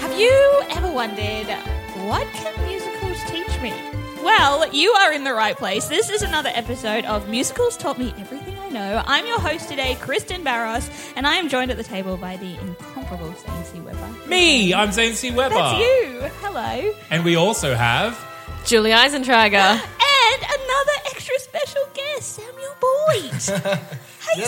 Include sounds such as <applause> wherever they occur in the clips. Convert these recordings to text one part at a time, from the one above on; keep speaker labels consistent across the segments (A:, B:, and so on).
A: Have you ever wondered what can musicals teach me? Well, you are in the right place. This is another episode of Musicals Taught Me Everything I Know. I'm your host today, Kristen Barros, and I am joined at the table by the incomparable Stacey Weber.
B: Me, I'm Zane C. Weber.
A: That's you. Hello.
B: And we also have.
C: Julie Eisentrager.
A: And another extra special guest, Samuel Boyd. hey,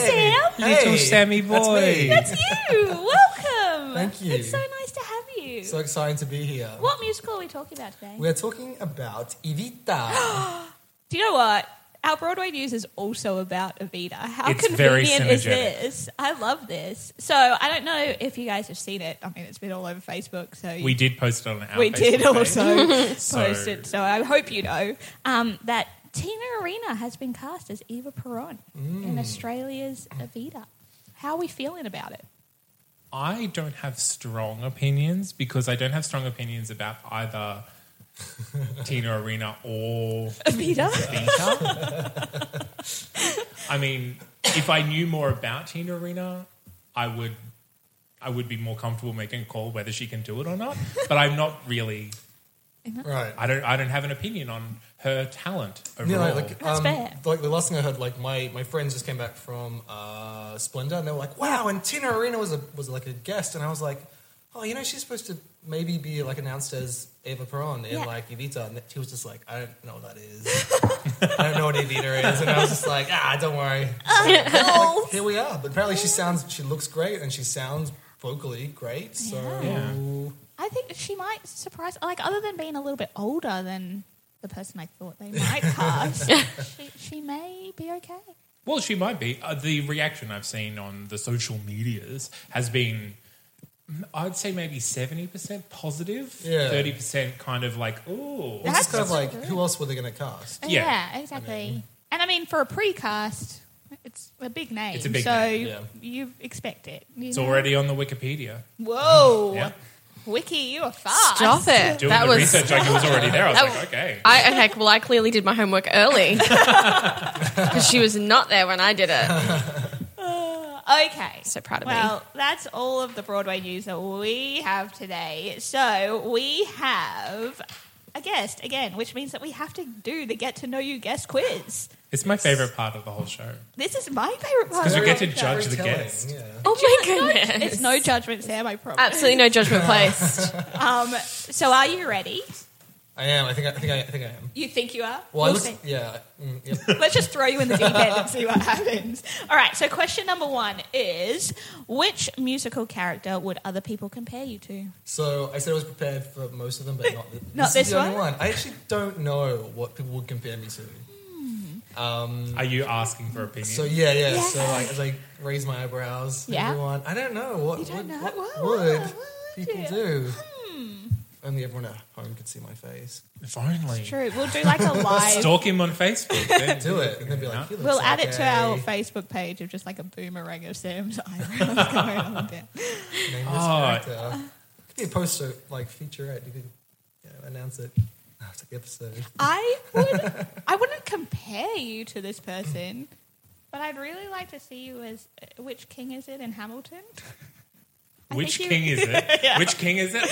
A: Sam.
B: Little Sammy boy.
A: That's you. Welcome.
D: Thank you.
A: It's so nice to have you.
D: So excited to be here.
A: what musical are we talking about today?
D: We're talking about Evita. <gasps>
A: Do you know what? Our Broadway news is also about Evita. How
B: It's very
A: convenient is
B: synergetic.
A: this? I love this. So I don't know if you guys have seen it. I mean, it's been all over Facebook. So
B: We did post it on our
A: we
B: Facebook
A: did
B: page.
A: also
B: <laughs> So-
A: post it. So I hope you know um, that Tina Arena has been cast as Eva Peron
B: Mm.
A: in Australia's Evita. How are we feeling about it?
B: I don't have strong opinions because I don't have strong opinions about either Tina Arena
A: <laughs>
B: or
A: Evita?
B: Vita. I mean, if I knew more about Tina Arena, I would. I would be more comfortable making a call whether she can do it or not, but I'm not really.
D: right.
B: I don't. I don't have an opinion on her talent overall.
D: Yeah, like,
A: That's
D: um,
A: fair.
D: like the last thing I heard, like my, my friends just came back from uh, Splendor, and they were like, "Wow!" And Tina Arena was a, was like a guest, and I was like, "Oh, you know, she's supposed to maybe be like announced as Eva Peron in
A: Yeah.
D: like Evita," and she was just like, "I don't know what that is. I don't know what Evita is," and I was just like, "Ah,
A: <laughs>
D: don't worry."
A: Oh.
D: Here we are. But apparently, she sounds she looks great, and she sounds vocally great. So
B: Yeah.
A: I think she might surprise. Like, other than being a little bit older than the person I thought they
B: <laughs>
A: might cast, she, she may be okay.
B: Well, she might be. Uh, the reaction I've seen on the social medias has been, mm, I'd say maybe 70% positive,
D: Yeah.
B: 30% kind of like, ooh.
D: It's just
A: That's
D: kind of like,
A: good.
D: who else were they going to cast?
B: Yeah.
A: exactly. and I mean, for a precast, it's a big name.
B: It's a big
A: so
B: name,
D: yeah.
A: you expect it. you
B: It's
A: know?
B: already on the Wikipedia.
A: Whoa.
B: <laughs> Yeah.
A: Wiki, you are fast.
C: Stop it.
B: Doing
C: that
B: the
C: was.
B: research like it was already there. I was
C: that
B: like,
C: was-
B: okay.
C: I, okay, well, I clearly did my homework
B: <laughs>
C: early. Because she was not there when I did
B: <laughs>
C: it.
A: Okay.
C: So proud of me.
A: well, that's all of the Broadway news that we have today. So we have a guest again, which means that we have to do the get to know you guest quiz.
B: It's my favorite part of the whole show.
A: This is my favorite part.
B: Because you
A: of
B: get
A: the
B: to
A: show.
B: judge the
D: Telling,
B: guest.
D: yeah.
C: Oh my goodness.
A: It's no judgment, Sam. I promise.
C: Absolutely no judgment placed.
A: Um, so, are you ready?
D: I am. I think. I I think. I, I think I am.
A: You think you are?
D: Well, I
A: We'll
D: look,
A: see.
D: yeah. Mm, yep.
A: <laughs> Let's just throw you in the deep end and see what happens. All right, so question number one is Which musical character would other people compare you to?
D: So I said I was prepared for most of them, but not, th-
A: Not
D: is
A: this
D: the only
A: one?
D: one. I actually don't know what people would compare me to. Um,
B: Are you asking for opinion?
D: so yeah, yeah. So
A: Yeah.
D: like, as I raise my eyebrows, at
A: Yeah.
D: everyone. I don't know what
A: You don't
D: would,
A: know?
D: what
A: Whoa, whoa, Hmm.
D: would
A: what would
D: people
A: you?
D: do. Only everyone at home could see my face.
B: if only.
A: True, we'll do like a <laughs> live.
B: Stalk him on Facebook. then.
D: Do it, and they'd be
B: Huh?
D: like, he looks
A: We'll add it to our
D: okay.
A: Facebook page of just like a boomerang of Sam's <laughs> eyebrows going on and down.
D: Name this
B: Oh.
D: character. Could be a poster like featurette. You could you know, announce it <laughs> after the episode.
A: I would, I wouldn't compare you to this person, but I'd really like to see you as which king is it in Hamilton?
B: Which
A: think
B: king
A: you-
B: is it?
A: Yeah.
B: Which king is it?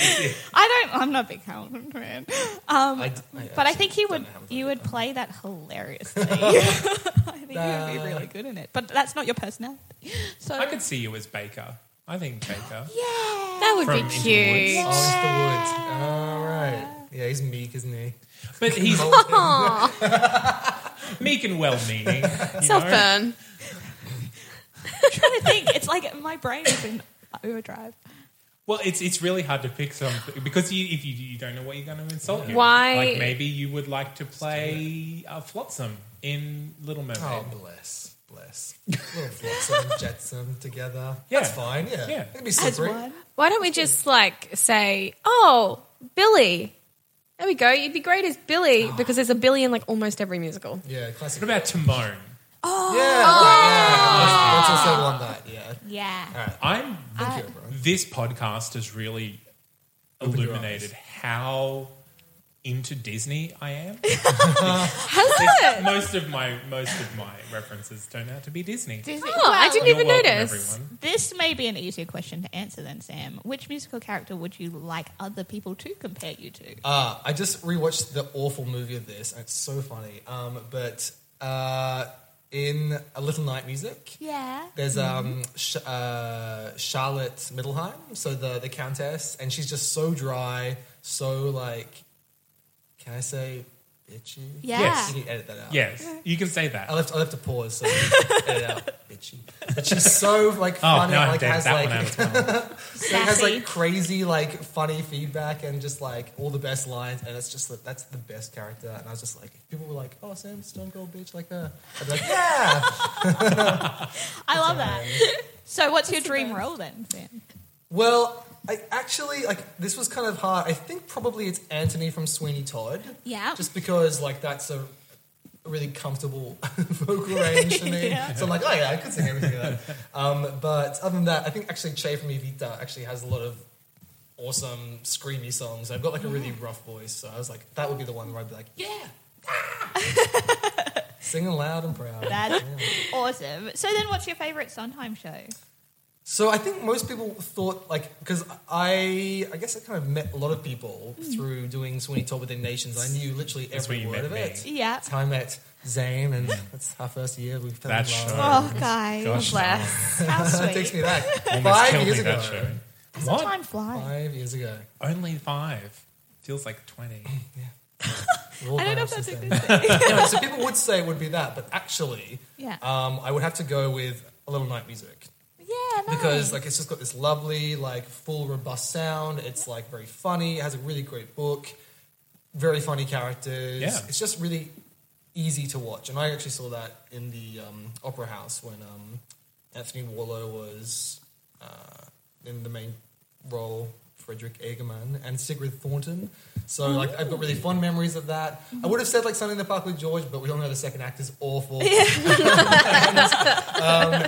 A: I don't. I'm not a big Hamilton fan. Um,
D: I d- I
A: but I
D: actually
A: think he
D: don't
A: would.
D: know Hamilton
A: You
D: either.
A: would play that
D: <laughs>
A: hilariously. <laughs> I think you would
D: Uh,
A: be really good in it. But that's not your personality. So
B: I could see you as Baker. I think Baker.
C: That would
B: From
C: be
B: Into the
C: cute.
B: Woods.
D: Oh, it's the woods. All right. Yeah, he's meek, isn't he?
B: But he's
C: <laughs>
D: Molten.
B: <laughs> meek and well-meaning. you
C: Self
B: know?
C: burn.
A: I'm trying to think. It's like my brain is in overdrive.
B: Well, it's it's really hard to pick something because you, if you, you don't know what you're going to insult him.
C: Why-
B: Like maybe you would like to play uh, Flotsam in Little Mermaid.
D: oh, bless. Bless. Little
B: <laughs>
D: flotsam, jetsam together.
B: Yeah.
D: That's fine. Yeah.
B: Yeah.
D: It can be
A: As
D: slippery.
A: one.
C: Why don't we just like say, oh, Billy. There we go. You'd be great as
B: <gasps>
C: Billy because there's a Billy in like almost every musical.
D: Yeah, classic.
B: What about Timon?
A: Oh.
D: Yeah. yeah. That's, that's also one night. Yeah.
A: Yeah.
C: Uh,
B: I'm
D: Thank you, everyone.
B: this podcast has really
D: your
B: illuminated how into Disney I
C: <laughs>
B: am.
C: Has it?
B: most of my most of my references turn out to be Disney.
C: Oh, I didn't
B: You're
C: even
B: welcome,
C: notice.
B: everyone.
A: This may be an easier question to answer than Sam. Which musical character would you like other people to compare you to?
D: Uh, I just rewatched the awful movie of this, and it's so funny. Um, but uh, in A Little Night Music,
A: Yeah. Mm-hmm.
D: There's um, sh- uh, Charlotte Middleheim, so the, the countess, and she's just so dry, so like, can I say bitchy?
A: Yeah.
B: Yes.
D: You can edit that out.
B: Yes, you can say that.
D: I left, I left a pause, so you can edit
B: <laughs>
D: it out. Bitchy. But she's so like
B: Oh
D: funny,
B: no, I'm
D: like
B: dead.
D: has
B: That
D: like
B: one out of town.
D: <laughs> it has
A: Sassy.
D: like crazy like funny feedback and just like all the best lines, and it's just like, that's the best character. And I was just like, if people were like, oh Sam Stone Cold bitch like her.
B: <laughs>
D: I'd be like, yeah.
A: I love that. <laughs> So, what's your dream role then, Sam?
D: Well, I actually like this was kind of hard. I think probably it's Anthony from Sweeney Todd.
A: Yeah.
D: Just because like that's a a really comfortable <laughs> vocal range for me. So I'm like, oh yeah, I could sing everything like that. Um, but other than that, I think actually Che from Evita actually has a lot of awesome screamy songs. I've got like a really rough voice, so I was like, that would be the one where I'd be like, yeah. <laughs> ah." Singing loud and proud.
A: That's awesome. So, then what's your favourite Sondheim show?
D: So I think most people thought like because I I guess I kind of met a lot of people through doing Sweeney Todd within Nations. I knew literally
B: where
D: every
B: you
D: word
B: met
D: of
B: me.
D: it.
A: Yeah.
D: That's how I met
A: <laughs>
D: Zane, and that's our first year. We fell
B: That
D: in love.
B: show.
A: Oh, guys.
B: Gosh,
C: Bless.
A: How
D: <laughs> It takes me
A: sweet.
D: back
B: <laughs> almost
D: five
B: killed
D: years
B: me,
D: ago.
B: that show.
A: Doesn't
B: What?
A: time fly?
D: Five years ago.
B: Only five. Feels like twenty.
A: I don't know if that's a good thing.
D: no, so people would say it would be that, but actually,
A: Yeah.
D: um, I would have to go with a little night music.
A: Yeah, nice.
D: because like it's just got this lovely like full robust sound it's like very funny it has a really great book very funny characters
B: Yeah.
D: it's just really easy to watch and i actually saw that in the um, opera house when um, anthony warlow was uh, in the main role frederick egerman and sigrid thornton so like i've got really fond memories of that i would have said like something in the park with george but we all know the second act is awful
A: <laughs>
D: um,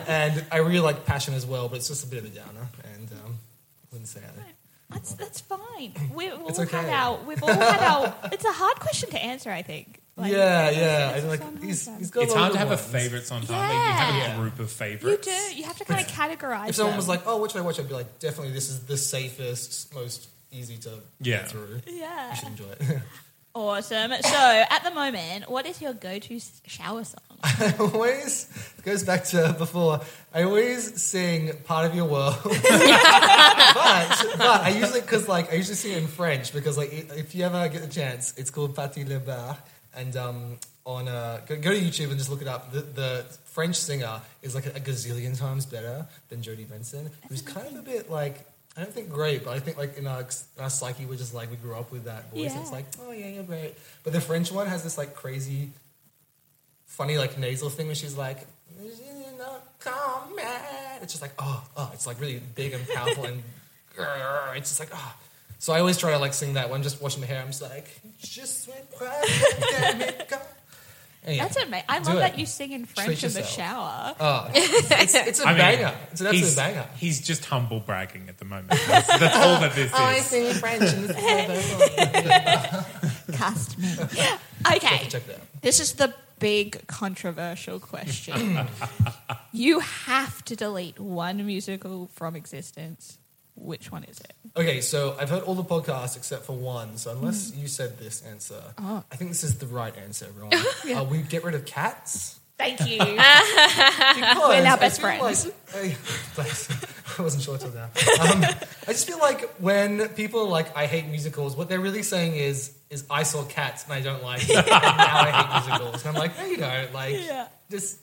D: and I really like Passion as well, but it's just a bit of a downer, and um, I wouldn't say either.
A: That's that's fine. We've all
D: <laughs> It's
A: had
D: okay.
A: our. We've all had our. It's a hard question to answer. I think. Like,
D: yeah,
A: it's-
D: yeah.
A: it's
D: I
A: so
D: like
A: hard
D: he's,
A: though.
D: he's got
B: It's
D: a lot
B: hard
D: of
B: to have a
D: good ones.
B: favorite sometimes. Yeah. You
A: Yeah.
B: have a group of
A: You
B: favorites.
A: do. You have to kind of categorize.
D: If someone
A: them.
D: was like, "Oh, what should I watch?" I'd be like, "Definitely, this is the safest, most easy to
B: Yeah.
D: get through.
A: Yeah.
D: You should enjoy it." <laughs>
A: Awesome. So, at the moment, what is your go-to s- shower song?
D: <laughs> I always it goes back to before. I always sing "Part of Your World," <laughs> but, but I usually because like I usually sing it in French because like i- if you ever get a chance, it's called "Parti le Bar," and um, on uh, go, go to YouTube and just look it up. The, the French singer is like a, gazillion times better than Jodie Benson, who's kind of a bit like. I don't think great, but I think like in our, in our psyche, we're just like we grew up with that voice.
A: Yeah.
D: It's like, oh yeah, you're great. But the French one has this like crazy funny like nasal thing where she's like it's just like oh oh it's like really big and powerful and <laughs> grrr, it's just like oh so I always try to like sing that when I'm just washing my hair I'm just like just went quiet anyway,
A: That's amazing. I
D: Do
A: love
D: it.
A: that you sing in French in the
D: yourself.
A: shower.
D: Uh, it's, it's a
B: I mean,
D: banger it's an
B: he's,
D: absolute banger
B: He's just humble bragging at the moment. That's, that's all
A: <laughs>
B: that
A: Oh,
B: this is.
D: sing French and this is
A: Cast
D: <laughs>
A: me. Okay.
D: check that out
A: This is the big controversial
C: <laughs>
A: question. you have to delete one musical from existence. Which one is it?
D: Okay, so I've heard all the podcasts except for one. So unless
A: Hmm.
D: you said this answer,
A: Oh.
D: I think this is the right answer,
A: <laughs>
D: everyone. uh, we get rid of cats. <laughs>
A: Thank you.
D: We're
A: now best friends.
D: Like, I, thanks. <laughs> I wasn't sure till now. Um, I just feel like when people are like, I hate musicals, what they're really saying is, is I saw cats and I don't like it. and now I hate musicals. And I'm like, no, you don't. Like,
A: <laughs> Yeah.
D: just,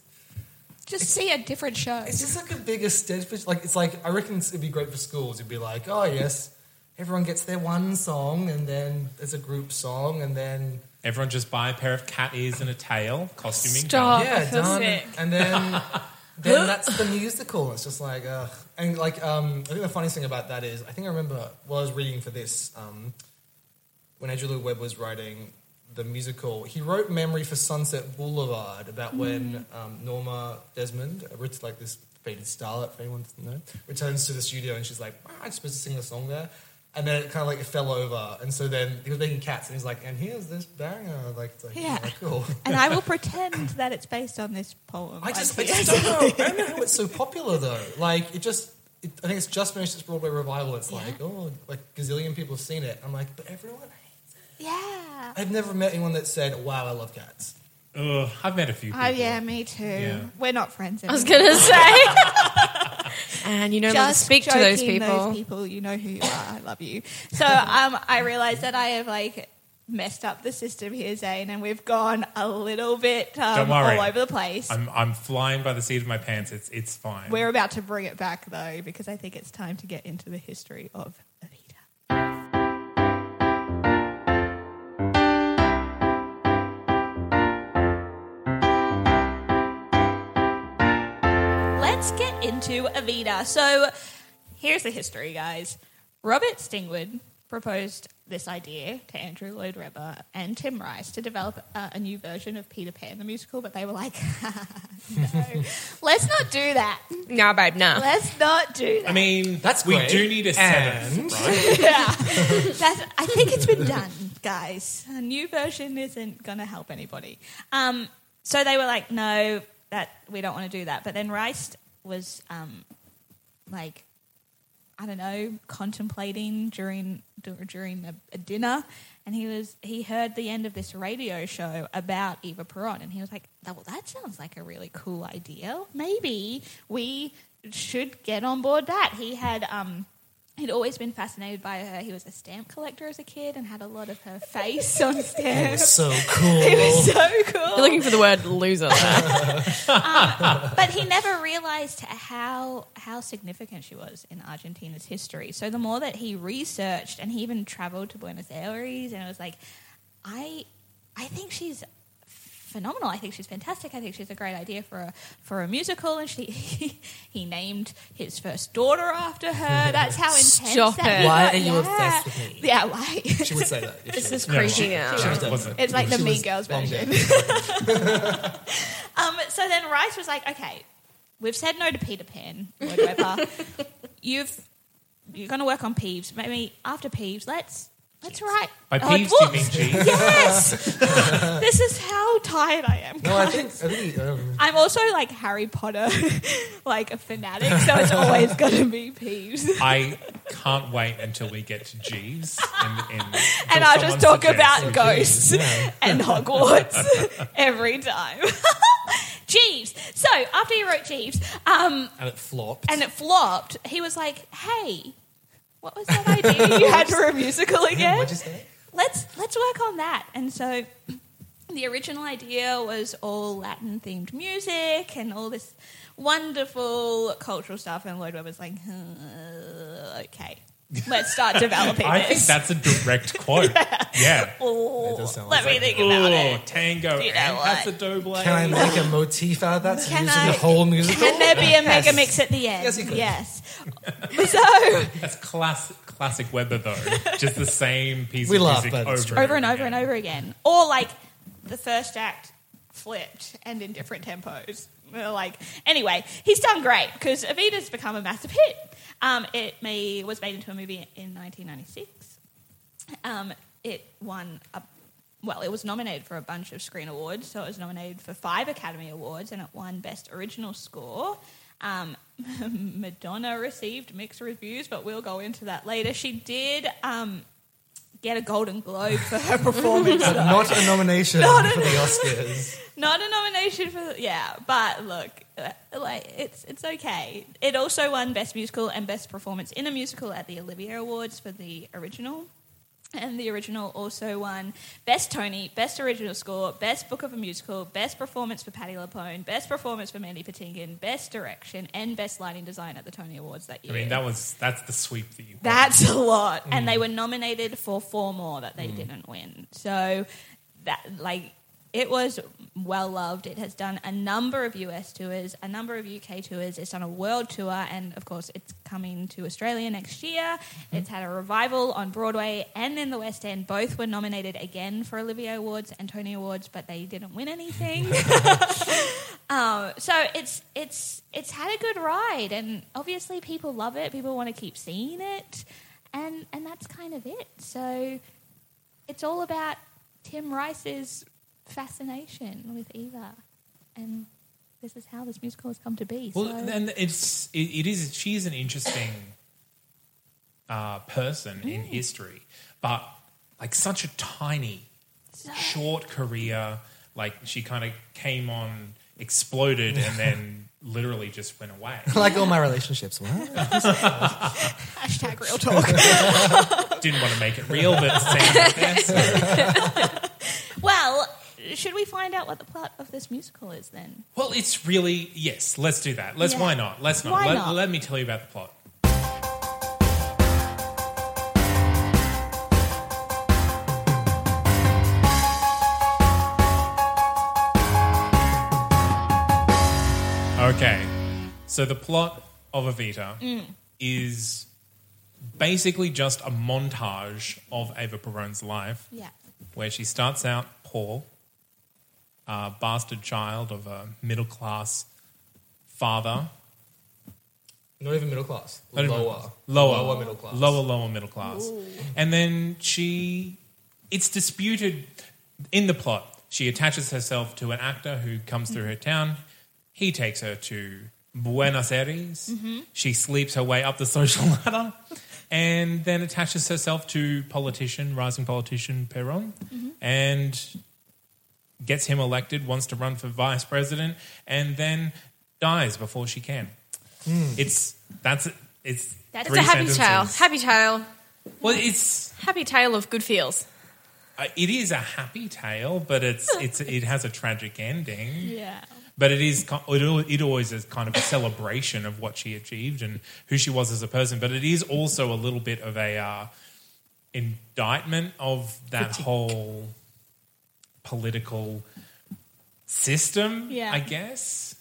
A: Just see a different show.
D: it's just like a bigger step. Like, it's like, I reckon it'd be great for schools. It'd be like, oh, yes, everyone gets their one song and then it's a group song and then,
B: Everyone just buy a pair of cat ears and a tail, costuming.
C: Stop.
B: done.
C: Oh, I
D: yeah,
C: feel
D: done.
C: sick. <laughs>
D: And then then that's the musical. It's just like, ugh. And like, um, I think the funniest thing about that is, I think I remember while I was reading for this, um, when Andrew Lloyd Webber was writing the musical, he wrote Memory for Sunset Boulevard about when
C: Mm.
D: um, Norma Desmond, uh, writ- like this faded starlet, if anyone doesn't know, returns to the studio and she's like, "Wow, I'm supposed to sing a song there. And then it kind of like it fell over. And so then he was making cats and he's like, and here's this banger. Like, it's like,
A: Yeah.
D: yeah Oh, cool.
A: and I will pretend that it's based on this poem.
D: I just, I just don't know. I don't know how it's so popular though. Like it just, it, I think it's just finished its Broadway revival. It's like oh, like gazillion people have seen it. I'm like, but everyone. hates
A: yeah.
D: it. I've never met anyone that said, "Wow, I
A: <laughs>
D: love cats."
B: Ugh, I've met a few.
A: Oh
B: people.
A: yeah, me too.
B: Yeah.
A: We're not friends.
C: I was
A: anymore.
C: gonna say. <laughs> and you don't want to
A: Just
C: speak to those
A: joking,
C: people.
A: people, you know who you are. I love you. So um, I realized that I have like messed up the system here, Zane, and we've gone a little bit um,
B: Don't worry.
A: all over the place.
B: I'm I'm flying by the seat of my pants. It's it's fine.
A: We're about to bring it back though, because I think it's time to get into the history of Evita. Let's get into Evita. So here's the history, guys. Robert Stingwood proposed this idea to Andrew Lloyd Webber and Tim Rice to develop uh, a new version of Peter Pan the musical, but they were like, <laughs> no, let's not do that.
C: Nah, babe, nah.
A: Let's not do that.
B: I mean,
D: That's
B: we
D: great.
B: do need a seventh,
D: And-
A: <laughs>
B: right?
A: Yeah. That's, I think it's been done, guys. A new version isn't going to help anybody. Um, so they were like, no, that we don't want to do that. But then Rice was um, like, I don't know, contemplating during dur- during a, a dinner, and he was he heard the end of this radio show about Eva Peron, and he was like, "Oh, "Well, that sounds like a really cool idea. Maybe we should get on board that." He had um. He'd always been fascinated by her. He was a stamp collector as a kid and had a lot of her face on stamps.
D: So cool.
A: <laughs> It was so cool.
C: You're looking for the word <laughs> loser. there.
A: but he never realized how how significant she was in Argentina's history. So the more that he researched, and he even traveled to Buenos Aires, and it was like, I, I think she's phenomenal. I think she's fantastic. I think she's a great idea for a for a musical. And she <laughs> he named his first daughter after her. That's how intense.
C: <laughs> Stop
A: that
C: it.
A: he got.
D: Why are you
A: Yeah.
D: obsessed with me?
A: Yeah, why? <laughs>
D: She would say that. if she
C: this
D: was-
C: is creepy now.
D: she was
B: It wasn't.
D: dead.
A: It's like the
D: She
A: Mean
D: was
A: Girls
D: long
A: version.
D: dead.
A: Um, so then Rice was like, okay, we've said no to Peter Pan, Lloyd Webber. You've you're going to work on Peeves. Maybe after Peeves, let's let's write.
B: By
A: oh,
B: Peeves,
A: whoops.
B: do
A: <laughs>
B: you mean cheese? <laughs>
A: Yes. this is how tired I am.
D: No, I think. I think um,
A: I'm also like Harry Potter, <laughs> like a fanatic, so it's
B: <laughs>
A: always going to be Peeves.
B: I can't wait until we get to Jeeves. And, and,
A: <laughs> and I'll just
B: someone
A: talk
B: suggests
A: about
B: we-
A: ghosts <laughs> and Hogwarts <laughs> every time. Jeeves. So after he wrote Jeeves, um,
D: and it flopped.
A: and it flopped, he was like, "Hey, what was <laughs> that idea you had for a musical again?
D: What'd you say?
A: Let's let's work on that." And so, the original idea was all Latin themed music and all this wonderful cultural stuff. And Lloyd Webber's like, "Uh, "Okay, let's
D: <laughs>
A: start developing
B: I think
A: this."
B: that's
A: <laughs>
B: a direct quote. yeah.
A: Oh,
D: does sound
A: let
D: like
A: me think about
B: Oh,
A: it.
B: tango
A: You know
B: and
A: what?
B: pasodoble. <laughs>
D: Can I make a motif out of that? So
A: Can
D: using
A: I-
D: the whole musical.
A: Can there be a mega
D: Yes.
A: mix at the end?
D: Yes, you could. <laughs>
A: Yes. so
B: That's classic, classic Weber though. Just the same piece
D: We
B: of
D: laugh,
B: music
D: but it's
B: over,
D: true.
A: over and over and over again. Or like the first act flipped and in different tempos. We're Like anyway, he's done great because Evita's become a massive hit. Um, it may, was made into a movie in 1996. Um, it won a well, it was nominated for a bunch of screen awards. So it was nominated for five Academy Awards and it won Best Original Score. Um, <laughs> Madonna received mixed reviews, but we'll go into that later. She did um, get a Golden Globe for her performance. though.
D: Not a nomination for the Oscars.
A: Not a nomination for yeah, but look, uh, like it's it's okay. It also won Best Musical and Best Performance in a Musical at the Olivier Awards for the original. And the original also won Best Tony, Best Original Score, Best Book of a Musical, Best Performance for Patti LuPone, Best Performance for Mandy Patinkin, Best Direction, and Best Lighting Design at the Tony Awards that
B: I
A: year.
B: mean, that was that's the sweep that you.
A: That's a lot. And they were nominated for four more that they didn't win. So that like it was well loved. It has done a number of US tours, a number of UK tours. It's done a world tour, and of course, it's coming to Australia next year. It's had a revival on Broadway and in the West End. Both were nominated again for Olivier Awards and Tony Awards, but they didn't win anything. Um, so it's it's it's had a good ride, and obviously people love it. People want to keep seeing it, and and that's kind of it. So it's all about Tim Rice's fascination with Eva, and this is how this musical has come to be.
B: Well,
A: so
B: and it's it, it is she is an interesting uh, person in history, but like such a tiny, short career. Like she kind of came on, exploded, and then literally just went away.
D: Like all my
A: <laughs>
D: relationships, what?
A: hashtag real talk.
B: Didn't want to make it real, but it seemed like this.
A: well, should we find out what the plot of this musical is then?
B: Well, it's really yes. Let's do that. Let's
A: Yeah.
B: why not? Let's not.
A: Why
B: let,
A: not?
B: let me tell you about the plot. Okay, so the plot of Evita
A: Mm.
B: is basically just a montage of Ava Perón's life
A: Yeah.
B: where she starts out poor, uh, bastard child of a middle class father.
D: Not even middle class.
B: I don't
D: lower,
B: know. lower,
D: Lower middle class.
B: lower, lower middle class. And then she, it's disputed in the plot. She attaches herself to an actor who comes through her town. He takes her to Buenos Aires. She sleeps her way up the social <laughs> ladder, and then attaches herself to politician, rising politician Perón, and gets him elected. Wants to run for vice president, and then dies before she can. It's that's it's
A: That's-
C: It's a
B: three
C: happy tale.
B: sentences.
C: Happy tale.
B: Well, it's
C: Happy tale of good feels.
B: uh, it is a happy tale, but it's it's it has a tragic ending.
A: Yeah.
B: But it is ki- it al- it always is kind of a celebration of what she achieved and who she was as a person. But it is also a little bit of a uh, indictment of that whole political system.
A: Yeah.
B: I guess.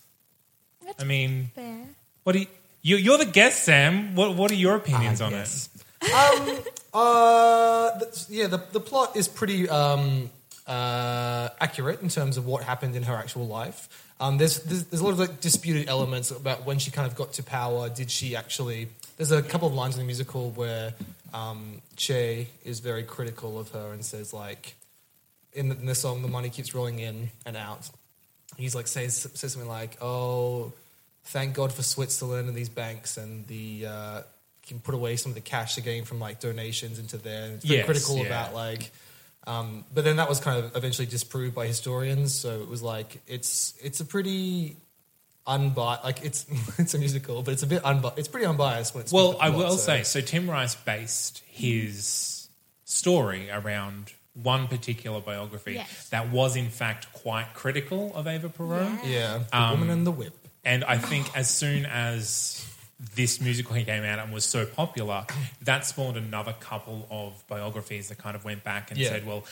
A: That's
B: I mean,
A: fair.
B: what do you, you you're the guest, Sam? What what are your opinions on
D: yes. um, uh, th- yeah, the, the plot is pretty um, uh, accurate in terms of what happened in her actual life. Um, there's, there's there's a lot of like disputed elements about when she kind of got to power. Did she actually? There's a couple of lines in the musical where um, Che is very critical of her and says like, in the, in the song, the money keeps rolling in and out. He's like says says something like, "Oh, thank God for Switzerland and these banks and the uh, can put away some of the cash again from like donations into there." And it's very
B: Yes,
D: critical
B: yeah.
D: about like. Um, but then that was kind of eventually disproved by historians, so it was like it's it's a pretty unbiased like it's <laughs> it's a musical, but it's a bit unbiased. It's pretty unbiased when it's with
B: Well,
D: the
B: I
D: plot,
B: will
D: so-
B: say so. Tim Rice based his story around one particular biography
A: Yes.
B: that was, in fact, quite critical of Ava Perón.
D: yeah, the
B: um,
D: woman and the whip.
B: And I think as soon as this musical came out and was so popular, that spawned another couple of biographies that kind of went back and
D: Yeah.
B: said, well,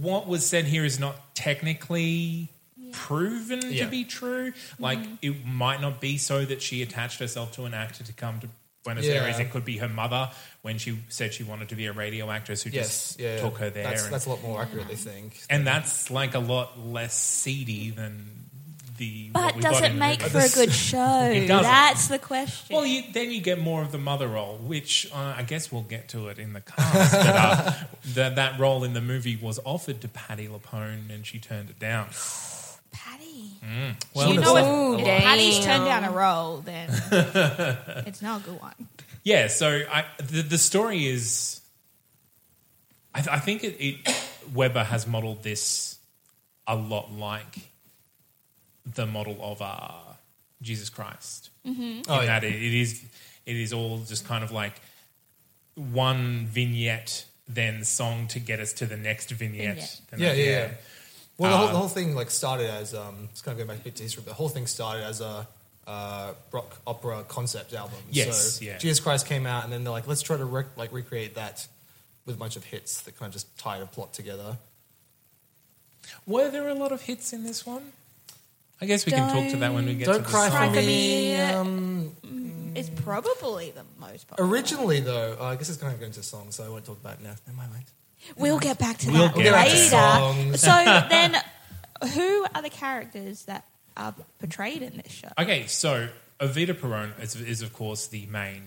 B: what was said here is not technically proven
D: Yeah.
B: to be true. Like,
A: Mm-hmm.
B: it might not be so that she attached herself to an actor to come to Buenos
D: Yeah.
B: Aires. It could be her mother when she said she wanted to be a radio actress who
D: Yes,
B: just
D: yeah,
B: took her there.
D: That's,
B: and,
D: that's a lot more accurate, they think.
B: and that's like a lot less seedy than the. what
A: But
B: we
A: does
B: got
A: it
B: in the
A: make
B: movie.
A: for a
B: <laughs>
A: good show?
B: doesn't.
A: That's the question.
B: Well, you, then you get more of the mother role, which uh, I guess we'll get to it in the cast. but, uh, <laughs> that that role in the movie was offered to Patty LuPone, and she turned it down.
A: Patty.
B: Well,
A: you know, if,
C: Ooh,
A: if Patty's
C: damn.
A: turned down a role, then it's not a good one.
B: yeah. So I, the the story is, I, th- I think it, it Weber has modelled this a lot like the model of uh, Jesus Christ.
D: Oh,
B: in
D: yeah.
B: that it, it is it is all just kind of like one vignette, then song to get us to the next vignette.
A: Vignette.
B: then
D: Yeah,
B: that-
D: yeah, yeah. Well, the, whole,
B: Um,
D: the whole thing like started as um, it's kind of going back a bit to history. But the whole thing started as a uh, rock opera concept album.
B: Yes,
D: so
B: yeah.
D: Jesus Christ came out, and then they're like, let's try to rec- like recreate that with a bunch of hits that kind of just tie the plot together.
B: Were there a lot of hits in this one? I guess we can talk to that when we get
D: Don't
B: to the
D: cry
B: song.
D: for me. Um,
A: It's probably the most popular.
D: originally, though, uh, I guess it's going to go into song, so I won't talk about it now. Never mind.
A: We'll get back to
B: We'll
A: that
B: get back to
A: later. So then, who are the characters that are portrayed in this show?
B: Okay, so Evita Peron is, is of course the main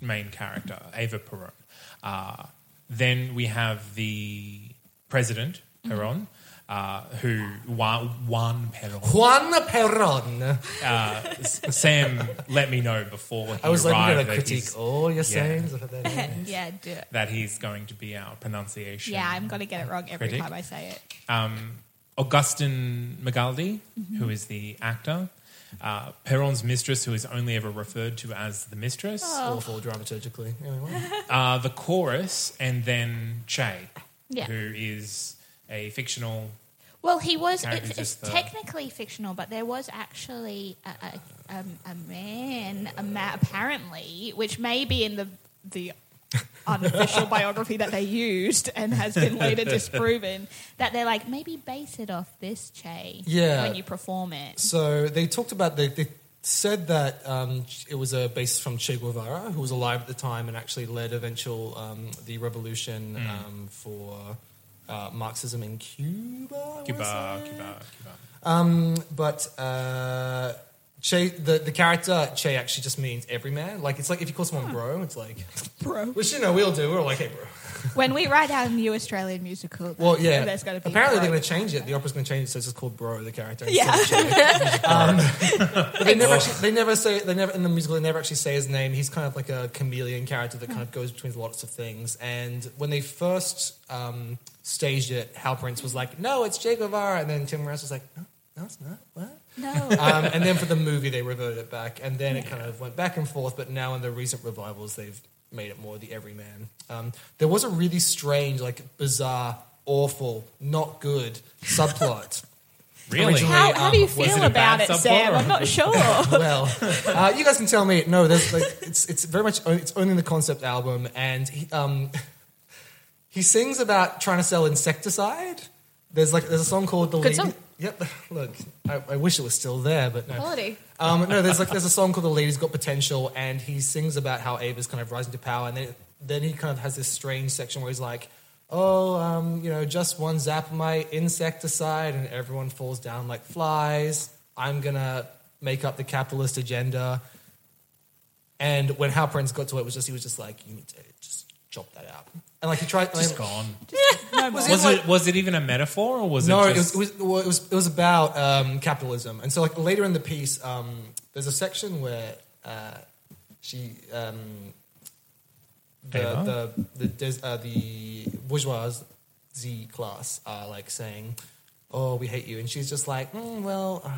B: main character, Ava Peron. Uh, then we have the president
D: Mm-hmm.
B: Peron, uh, who Juan, Juan Peron.
D: Juan Perón.
B: Uh, S- Sam let me know before he
D: I was like,
B: arrived
D: you're going to
B: that,
D: critique
B: he's,
D: all your sayings. <laughs>
A: yeah, do it.
B: that he's going to be our pronunciation.
A: Yeah, I'm gonna get it wrong every
B: Critic.
A: time I say it.
B: um, Augustin Magaldi,
A: Mm-hmm.
B: who is the actor, uh, Peron's mistress, who is only ever referred to as the mistress,
A: Oh.
D: Awful dramaturgically. Anyway,
B: uh, the chorus, and then Che,
A: Yeah.
B: who is a fictional.
A: Well, he was.
B: Character
A: It's, it's
B: just the-
A: technically fictional, but there was actually a, a, um, a man, a ma- apparently, which may be in the the unofficial biography that they used and has been later disproven. That they're like maybe base it off this Che.
D: Yeah.
A: when you perform it.
D: So they talked about they, they said that um, it was a base from Che Guevara, who was alive at the time and actually led eventual um, the revolution um, for uh, Marxism in Cuba. I wanna
B: Cuba,
D: say.
B: Cuba, Cuba.
D: But uh, Che, the, the character Che actually just means everyman. Like it's like if you call someone bro, it's like
A: Bro.
D: Which you know we'll do. We're like hey bro.
A: When we write our new Australian musical,
D: Well, yeah.
A: there's going to be
D: Apparently, they're
A: bro.
D: going to change it. The opera's going to change it, so it's just called Bro, the character.
A: Yeah.
D: instead of
A: <laughs>
D: Jay. um, but they never, actually, they never say they never in the musical. They never actually say his name. He's kind of like a chameleon character that kind of goes between lots of things. And when they first um, staged it, Hal Prince was like, "No, it's Jay Guevara," and then Tim Rice was like, "No, no, it's not. What?"
A: no.
D: um, and then for the movie, they reverted it back, and then it kind of went back and forth. But now in the recent revivals, they've made it more the everyman. Um, there was a really strange, like bizarre, awful, not good subplot.
C: <laughs>
B: Really?
D: Originally-
A: how, how do you
D: um,
B: was it
A: feel
B: a
A: about
B: bad
A: it,
B: subplot
A: Sam?
B: or-
A: I'm not
D: <laughs>
A: sure.
D: well, uh, you guys can tell me. No, there's like it's it's very much it's only in the concept album, and he, um, <laughs> he sings about trying to sell insecticide. There's like there's a song called the
C: Good
D: Lady-
C: song.
D: Yep, look, I, I wish it was still there, but no.
C: Quality.
D: Um, no, there's like there's a song called "The Lady's Got Potential," and he sings about how Ava's kind of rising to power, and then then he kind of has this strange section where he's like, "Oh, um, you know, just one zap of my insecticide, and everyone falls down like flies. I'm gonna make up the capitalist agenda." And when Hal Prince got to it, it was just he was just like, "You need to just chop that out," and like he tried.
B: Just
D: and-
A: <laughs>
B: gone.
D: Was
B: Was
D: like-
B: it was it even a metaphor or was
D: no,
B: it
D: it
B: just
D: was, it, was, well, it was it was about um, capitalism, and so like later in the piece, um, there's a section where uh, she um, the
B: Ava?
D: the the, there's, uh, the bourgeoisie class are like saying, "Oh, we hate you," and she's just like, mm, "Well, uh,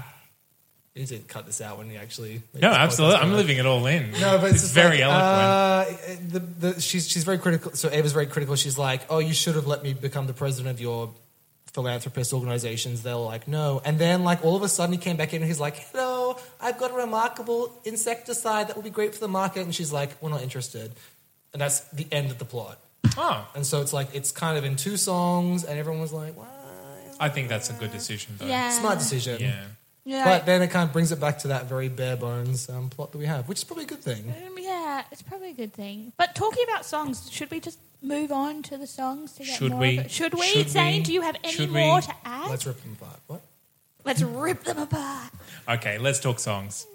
D: you need to cut this out when you actually." make
B: No,
D: this podcast
B: absolutely. I'm
D: go."
B: living it all in.
D: No, but it's, just
B: very
D: like,
B: eloquent.
D: Uh, the, the, she's she's very critical. So Ava's very critical. She's like, "Oh, you should have let me become the president of your philanthropist organizations." They're like, "No," and then like all of a sudden he came back in and he's like, "Hello, I've got a remarkable insecticide that will be great for the market," and she's like, "We're not interested," and that's the end of the plot.
B: oh,
D: And so it's like it's kind of in two songs, and everyone was like, "What?"
B: I think that's a good decision though.
A: Yeah.
D: Smart decision.
B: Yeah.
A: Yeah.
D: But then it kind of brings it back to that very bare bones um, plot that we have, which is probably a good thing.
A: Um, yeah, it's probably a good thing. But talking about songs, should we just move on to the songs to get
B: Should
A: more
B: we?
A: Of it? Should we?
B: Should
A: Zane,
B: we?
A: do you have any
B: Should we?
A: more to add?
D: Let's
A: Let's,
D: rip them apart. What? <laughs>
A: rip them apart.
B: Okay, let's talk songs.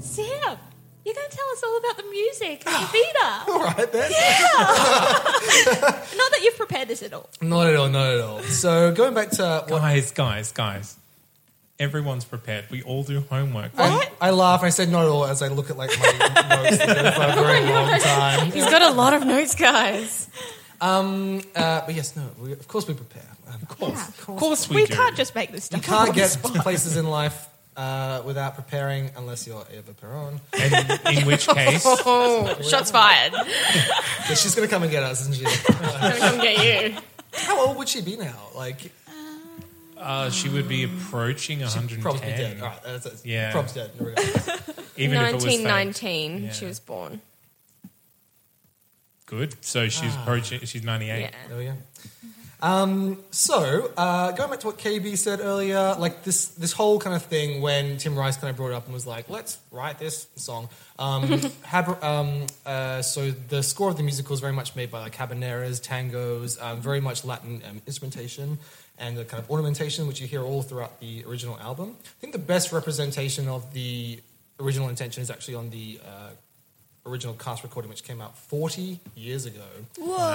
A: Sam, you're going to tell us all about about the music at the theatre.
D: All right, then.
A: Not that you've prepared this at all.
D: Not at all, not at all. So going back to what
B: Guys, guys, guys. Everyone's prepared. We all do homework.
D: I, I laugh. I said not at all as I look at like my <laughs> notes that I've done for a very long time.
C: He's got a lot of notes, guys.
D: Um, uh, but yes, no. We, of course, we prepare. Um,
B: Of course, of course we,
A: We,
B: do.
A: can't just make this
D: you
A: stuff. up.
B: <laughs>
D: can't get places in life uh, without preparing unless you're Eva Peron.
B: And in which case,
C: <laughs> Oh, shots fired.
D: But she's gonna come and get us, isn't she?
C: I'm gonna come get you.
D: How old would she be now? Like
B: uh, she would be approaching
D: probably
B: 110.
D: dead. All right, that's, that's
B: Yeah.
D: probably dead. No regard.
B: Even if it was fake.
C: 1919,
B: Yeah.
C: she was born.
B: Good. So
D: Ah.
B: she's approaching. She's 98.
C: Yeah.
D: There we go. Um, so uh, going back to what KB said earlier, like this this whole kind of thing when Tim Rice kind of brought it up and was like, "Let's write this song." Um, Hab- um, uh, so the score of the musical is very much made by like habaneras, tangos, um, very much Latin um, instrumentation and the kind of ornamentation which you hear all throughout the original album. I think the best representation of the original intention is actually on the uh, original cast recording, which came out 40 years ago.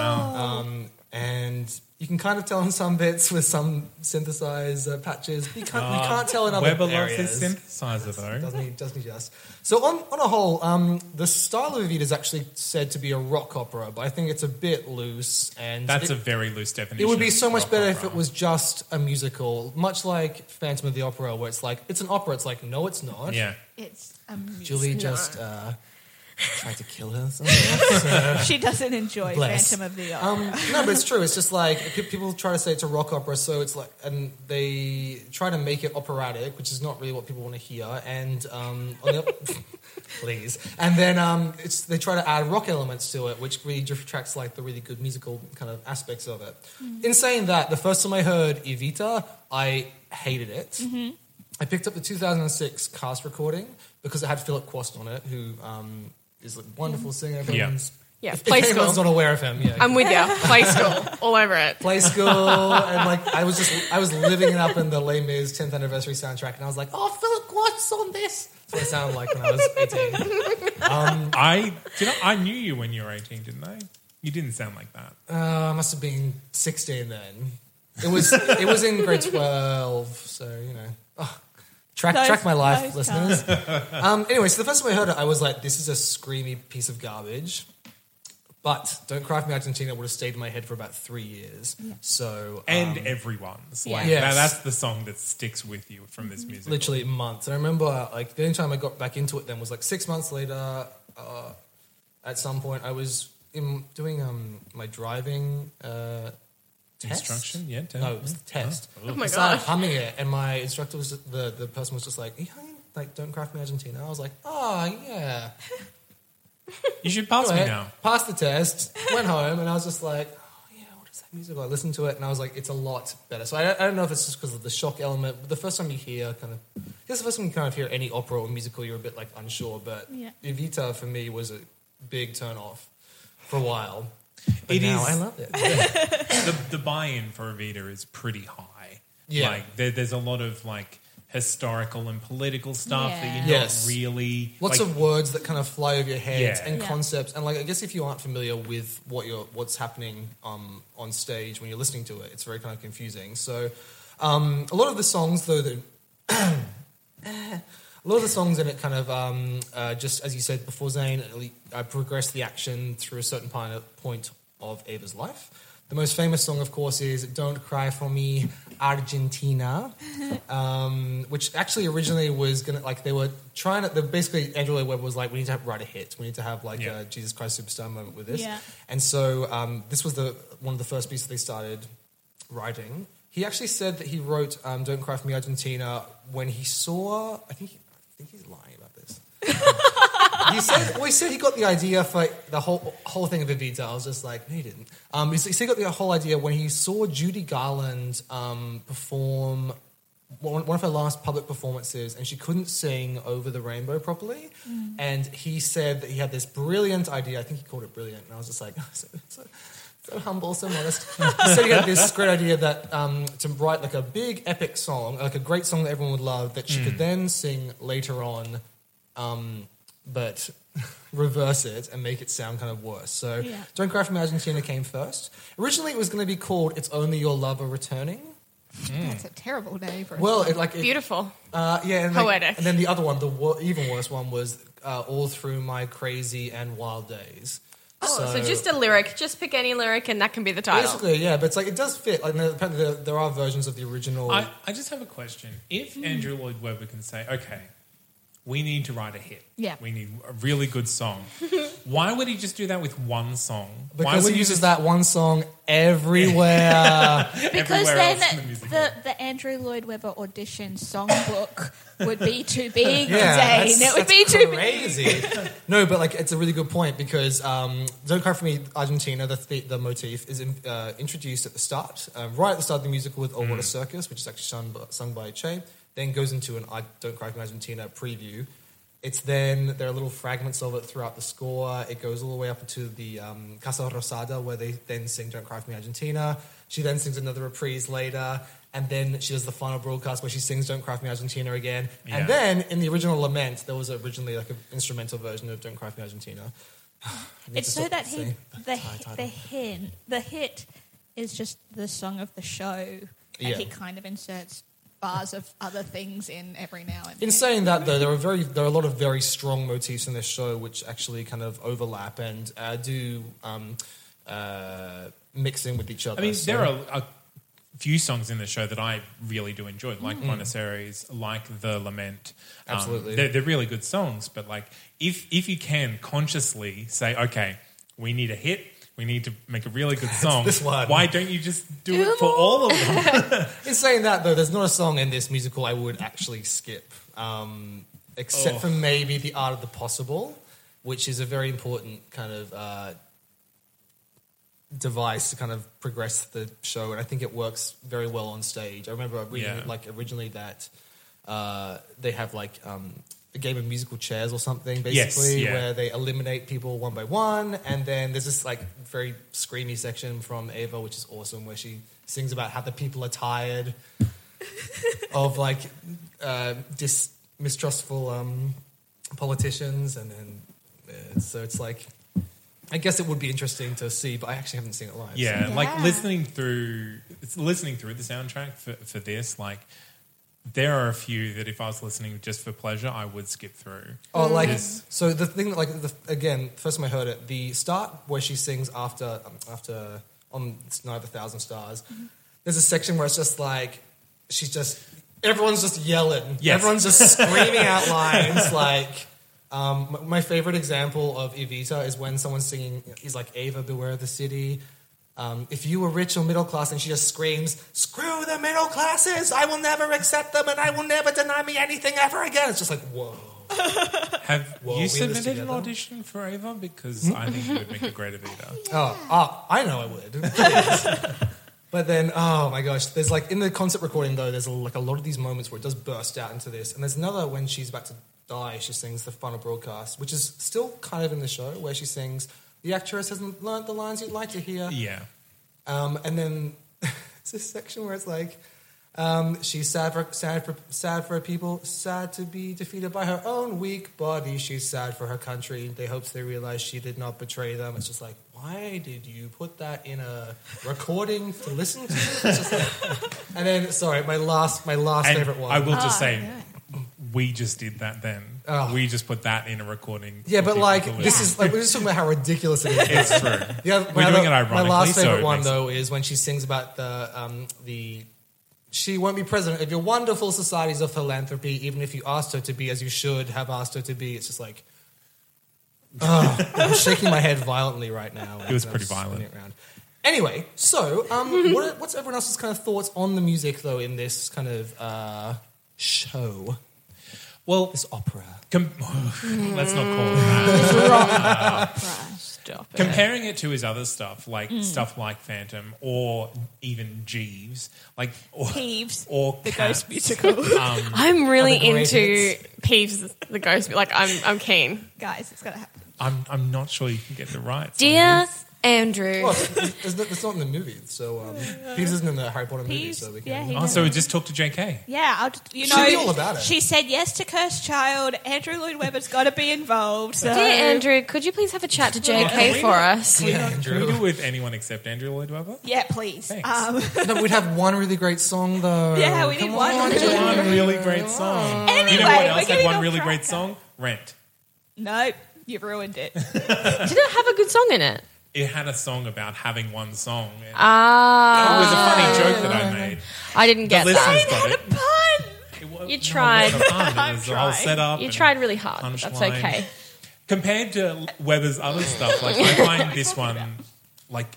D: Um, and you can kind of tell in some bits with some synthesized uh, patches. but You can't, you can't tell in other
B: Weber loves
D: areas.
B: his synthesizer, though.
D: Doesn't he, doesn't he just? So on, on a whole, um, the style of it is actually said to be a rock opera, but I think it's a bit loose. And
B: That's
D: it,
B: a very loose definition.
D: it would be so
B: of
D: much
B: rock
D: better if
B: opera.
D: it was just a musical, much like Phantom of the Opera, where it's like it's an opera. It's like no, it's not.
B: Yeah.
A: It's um,
D: Julie just uh, tried to kill herself.
A: she doesn't enjoy
D: Bless.
A: Phantom of the Opera.
D: Um, no, but it's true. It's just like pe- people try to say it's a rock opera, so it's like, and they try to make it operatic, which is not really what people want to hear. And um, on the, <laughs> please, and then um, it's they try to add rock elements to it, which really detracts like the really good musical kind of aspects of it.
C: Mm-hmm.
D: In saying that, the first time I heard Evita, I hated it.
C: Mm-hmm.
D: I picked up the 2006 cast recording because it had Philip Quast on it, who um, is a wonderful singer. Everyone's-
C: Mm-hmm. Yeah,
D: if, if
C: play
D: anyone's
C: school.
D: not aware of him, yeah,
C: I'm with you. Play school. All over it.
D: play school and like I was just I was living it up in the Les Mis 10th anniversary soundtrack and I was like, oh Philip what's on this? That's what it sounded like when I was 18.
B: I, do you know, I knew you when you were 18, didn't I? You didn't sound like that.
D: Uh, I must have been 16 then. It was it was in grade 12, so you know. Oh, track
A: Those-
D: track my life,
A: those
D: listeners. Um, anyway, so the first time I heard it, I was like, this is a screamy piece of garbage. But Don't Cry for Me Argentina would have stayed in my head for about three years. So
B: And everyone's. Like,
D: Yes.
B: that, that's the song that sticks with you from this music.
D: Mm-hmm. literally months. And I remember like the only time I got back into it then was like six months later. Uh, at some point, I was in doing um my driving uh, test.
B: Instruction? Yeah. tell-
D: No, it was the test.
C: Oh my
D: I started
C: gosh.
D: humming it, and my instructor was the the person was just like, "Are you humming like Don't Cry for Me Argentina?" I was like, "Oh yeah."
B: You should pass me
D: Anyway,
B: now.
D: Passed the test, went home, and I was just like, oh, yeah, what is that music? I listened to it, and I was like, it's a lot better. So I don't, I don't know if it's just because of the shock element, but the first time you hear kind of, I guess the first time you kind of hear any opera or musical, you're a bit like unsure. But
A: Yeah.
D: Evita for me was a big turn off for a while. But
B: It
D: now
B: is-
D: I love it.
B: the, the buy-in for Evita is pretty high.
D: Yeah.
B: Like there, there's a lot of like historical and political stuff that
A: Yeah.
B: you're
D: Yes.
B: not really
D: Lots
B: like,
D: of words that kind of fly over your heads
B: Yeah.
D: and
A: Yeah.
D: concepts, and like I guess if you aren't familiar with what you're what's happening um, on stage when you're listening to it, it's very kind of confusing. So um, a lot of the songs though that a lot of the songs in it kind of um, uh, just as you said before, Zane, I progress the action through a certain pi- point of Ava's life. The most famous song, of course, is "Don't Cry for Me, Argentina," um, which actually originally was gonna like they were trying to. They basically Andrew Lloyd Webber was like, "We need to have, write a hit. We need to have like
B: Yeah.
D: a Jesus Christ Superstar moment with this."
A: Yeah.
D: And so um, this was the one of the first pieces they started writing. He actually said that he wrote um, "Don't Cry for Me, Argentina" when he saw. I think he, I think he's lying about this. <laughs> he said, well, he said he got the idea for the whole whole thing of Evita. I was just like, no, he didn't. Um, he said he said he got the whole idea when he saw Judy Garland um, perform one, one of her last public performances, and she couldn't sing over the rainbow properly.
C: Mm.
D: And he said that he had this brilliant idea. I think he called it brilliant, and I was just like, <laughs> so, so, so humble, so modest.
C: <laughs>
D: he said he had this great idea that um, to write like a big epic song, like a
C: Mm.
D: great song that everyone would love, that she could then sing later on um, but <laughs> reverse it and make it sound kind of worse. So
A: Yeah.
D: Don't Cry from Argentina came first. Originally, it was going to be called It's Only Your Lover Returning.
C: That's a terrible name for a
D: Well, it like it,
C: Beautiful.
D: Uh, yeah, and, like-
C: Poetic.
D: and then the other one, the wor- even worse one, was uh, All Through My Crazy and Wild Days.
C: Oh, so, just a lyric. Just pick any lyric, and that can be the title.
D: Basically, yeah, but it's like it does fit. Like, no, apparently there, there are versions of the original.
B: I, I just have a question. If
D: Hmm.
B: Andrew Lloyd Webber can say, okay, we need to write a hit.
A: Yeah.
B: We need a really good song. Why would he just do that with one song? Why
D: because
B: would
D: he uses
B: just-
D: that one song everywhere.
A: Because
B: everywhere
A: then
B: else in the
A: the,
B: musical?
A: the, Andrew Lloyd Webber audition songbook would be too big,
D: <laughs> yeah,
A: Zane.
D: that's-
A: It would
D: that's
A: be too big.
D: crazy. <laughs> no, but like it's a really good point because um, "Don't Cry for Me, Argentina," the the, the motif is in, uh, introduced at the start, uh, right at the start of the musical with "Oh What a Circus," which is actually sung, by- sung by Che. Then goes into an "I Don't Cry for Me, Argentina" preview. It's then there are little fragments of it throughout the score. It goes all the way up to the um, Casa Rosada, where they then sing "Don't Cry for Me, Argentina." She then sings another reprise later, and then she does the final broadcast where she sings "Don't Cry for Me, Argentina" again,
B: Yeah.
D: and then and in the original Lament, there was originally like an instrumental version of Don't Cry for Me Argentina. <sighs> I need
A: It's so
D: to stop
A: that he,
D: saying
A: the,
D: Thai
A: hi- the
D: title.
A: hint, the hit is just the song of the show, and
D: Yeah.
A: he kind of inserts bars of other things in every now and then.
D: In saying that, though, there are very there are a lot of very strong motifs in this show which actually kind of overlap and uh, do um, uh, mix in with each other.
B: I mean,
D: So-
B: there are a few songs in the show that I really do enjoy, like Buenos Aires, like The Lament. Um,
D: Hmm. Absolutely.
B: they're, they're really good songs. But like, if if you can consciously say, okay, we need a hit. We need to make a really
D: <laughs>
B: good song.
D: this one.
B: Why don't you just do it for all of them?
D: In saying that, though, there's not a song in this musical I would actually skip, um, except
B: Oh.
D: for maybe "The Art of the Possible," which is a very important kind of uh, device to kind of progress the show, and I think it works very well on stage. I remember reading
B: Yeah.
D: like originally that uh, they have like. Um, a game of musical chairs or something,
B: Yes,
D: basically,
B: yeah.
D: where they eliminate people one by one, and then there's this like very screamy section from Ava, which is awesome, where she sings about how the people are tired of like uh, dis- mistrustful um, politicians, and then uh, so it's like, I guess it would be interesting to see, but I actually haven't seen it live. so-
B: Yeah, <laughs> like
A: Yeah.
B: listening through it's listening through the soundtrack for, for this, like there are a few that if I was listening just for pleasure, I would skip through.
D: Oh, like
B: Yes.
D: so the thing, like the, again, first time I heard it, the start where she sings after um, after on Night of a Thousand Stars. There's a section where it's just like she's just everyone's just yelling,
B: Yes. <laughs>
D: everyone's just screaming out lines. Like um, my, my favorite example of Evita is when someone's singing, he's like Ava, beware the city. Um, if you were rich or middle class, and she just screams, "Screw the middle classes! I will never accept them, and I will never deny me anything ever again." It's just like whoa.
B: Have
D: Well,
B: you
D: we live
B: submitted an
D: together.
B: audition for Ava? Because I think you would make a great
D: <laughs>
B: Evita.
D: Oh, oh, I know I would. but then, oh my gosh, there's like in the concert recording though, there's like a lot of these moments where it does burst out into this, and there's another when she's about to die, she sings the final broadcast, which is still kind of in the show where she sings, "The actress hasn't learnt the lines you'd like to hear,"
B: Yeah.
D: um, and then <laughs> it's this section where it's like. Um, she's sad for sad for sad for her people, sad to be defeated by her own weak body. She's sad for her country. They hopes they realize she did not betray them. It's just like, why did you put that in a recording to listen to? It's just like- <laughs> and then, sorry, my last my last
B: And
D: favorite one.
B: I will
A: Ah,
B: just say we just did that then. We just put that in a recording.
D: Ah. yeah,
B: for
D: but
B: people
D: like
B: to
D: this
B: listen.
D: is like we're just talking about how
B: <laughs>
D: ridiculous it is.
B: it's
D: <laughs>
B: true.
D: The other-
B: We're
D: my
B: doing
D: other-
B: it ironically.
D: My last
B: so
D: favorite
B: it
D: one
B: makes-
D: though is when she sings about the um, the she won't be president of your wonderful societies of philanthropy, even if you asked her to be, as you should have asked her to be. It's
B: <laughs>
D: just like. Ugh, I'm shaking my head violently right now.
B: It was
D: I'm
B: pretty
D: just spinning
B: violent.
D: it around. Anyway, so um, what are- what's everyone else's kind of thoughts on the music though in this kind of uh, show,
B: Well,
D: this opera?
B: com- <sighs> let's not call it that.
D: <laughs>
C: Stop it.
B: comparing it to his other stuff, like
A: Hmm.
B: stuff like Phantom or even Jeeves, like or,
A: Peeves,
B: or
A: the
B: Cats.
A: Ghost Musical.
C: I'm really
D: Other great
C: into
D: hits.
C: Peeves the Ghost. Like I'm, I'm keen.
A: <laughs> Guys, it's got to happen.
B: I'm I'm not sure you can get the rights.
C: Dear Andrew.
D: Well, <laughs> it's, it's not, it's not in the movie, so um, Peeves isn't in the Harry Potter movie,
A: Peeves,
D: so we
A: yeah,
D: can.
A: he-
B: Oh, so we just talked to JK.
A: Yeah, I'll just, you
D: She'll
A: know,
D: be all about it.
A: she said yes to Cursed Child. Andrew Lloyd Webber's got to be involved. So.
C: Dear Andrew, could you please have a chat to
B: Can
C: JK
B: we
C: for
B: not-
C: us?
B: Can we, not, can we
D: Andrew.
B: do it with anyone except Andrew Lloyd Webber?
A: Yeah, please.
B: Thanks.
A: Um, <laughs>
D: no, we'd have one really great song though.
A: Yeah, we need
D: Come
A: one
D: on,
A: really <laughs>
D: Andrew.
B: One really great song.
A: Anyway,
B: you know what
A: we're
B: else had
A: getting
B: one
A: off
B: really
A: track.
B: great song? Rent.
A: nope, you've ruined it.
C: Did it have a good song in it?
B: It had a song about having one song. It
C: Ah,
B: was a funny joke that I made.
C: I didn't get
B: The
C: that.
B: listeners got it.
A: Pun!
B: It wa-
C: You
B: no,
C: tried.
B: it wasn't fun. It was
A: I'm
B: all
A: trying.
B: set up.
C: You
B: and-
C: tried really hard. That's
B: punchline.
C: okay.
B: Compared to Webber's other stuff, like I find this one, like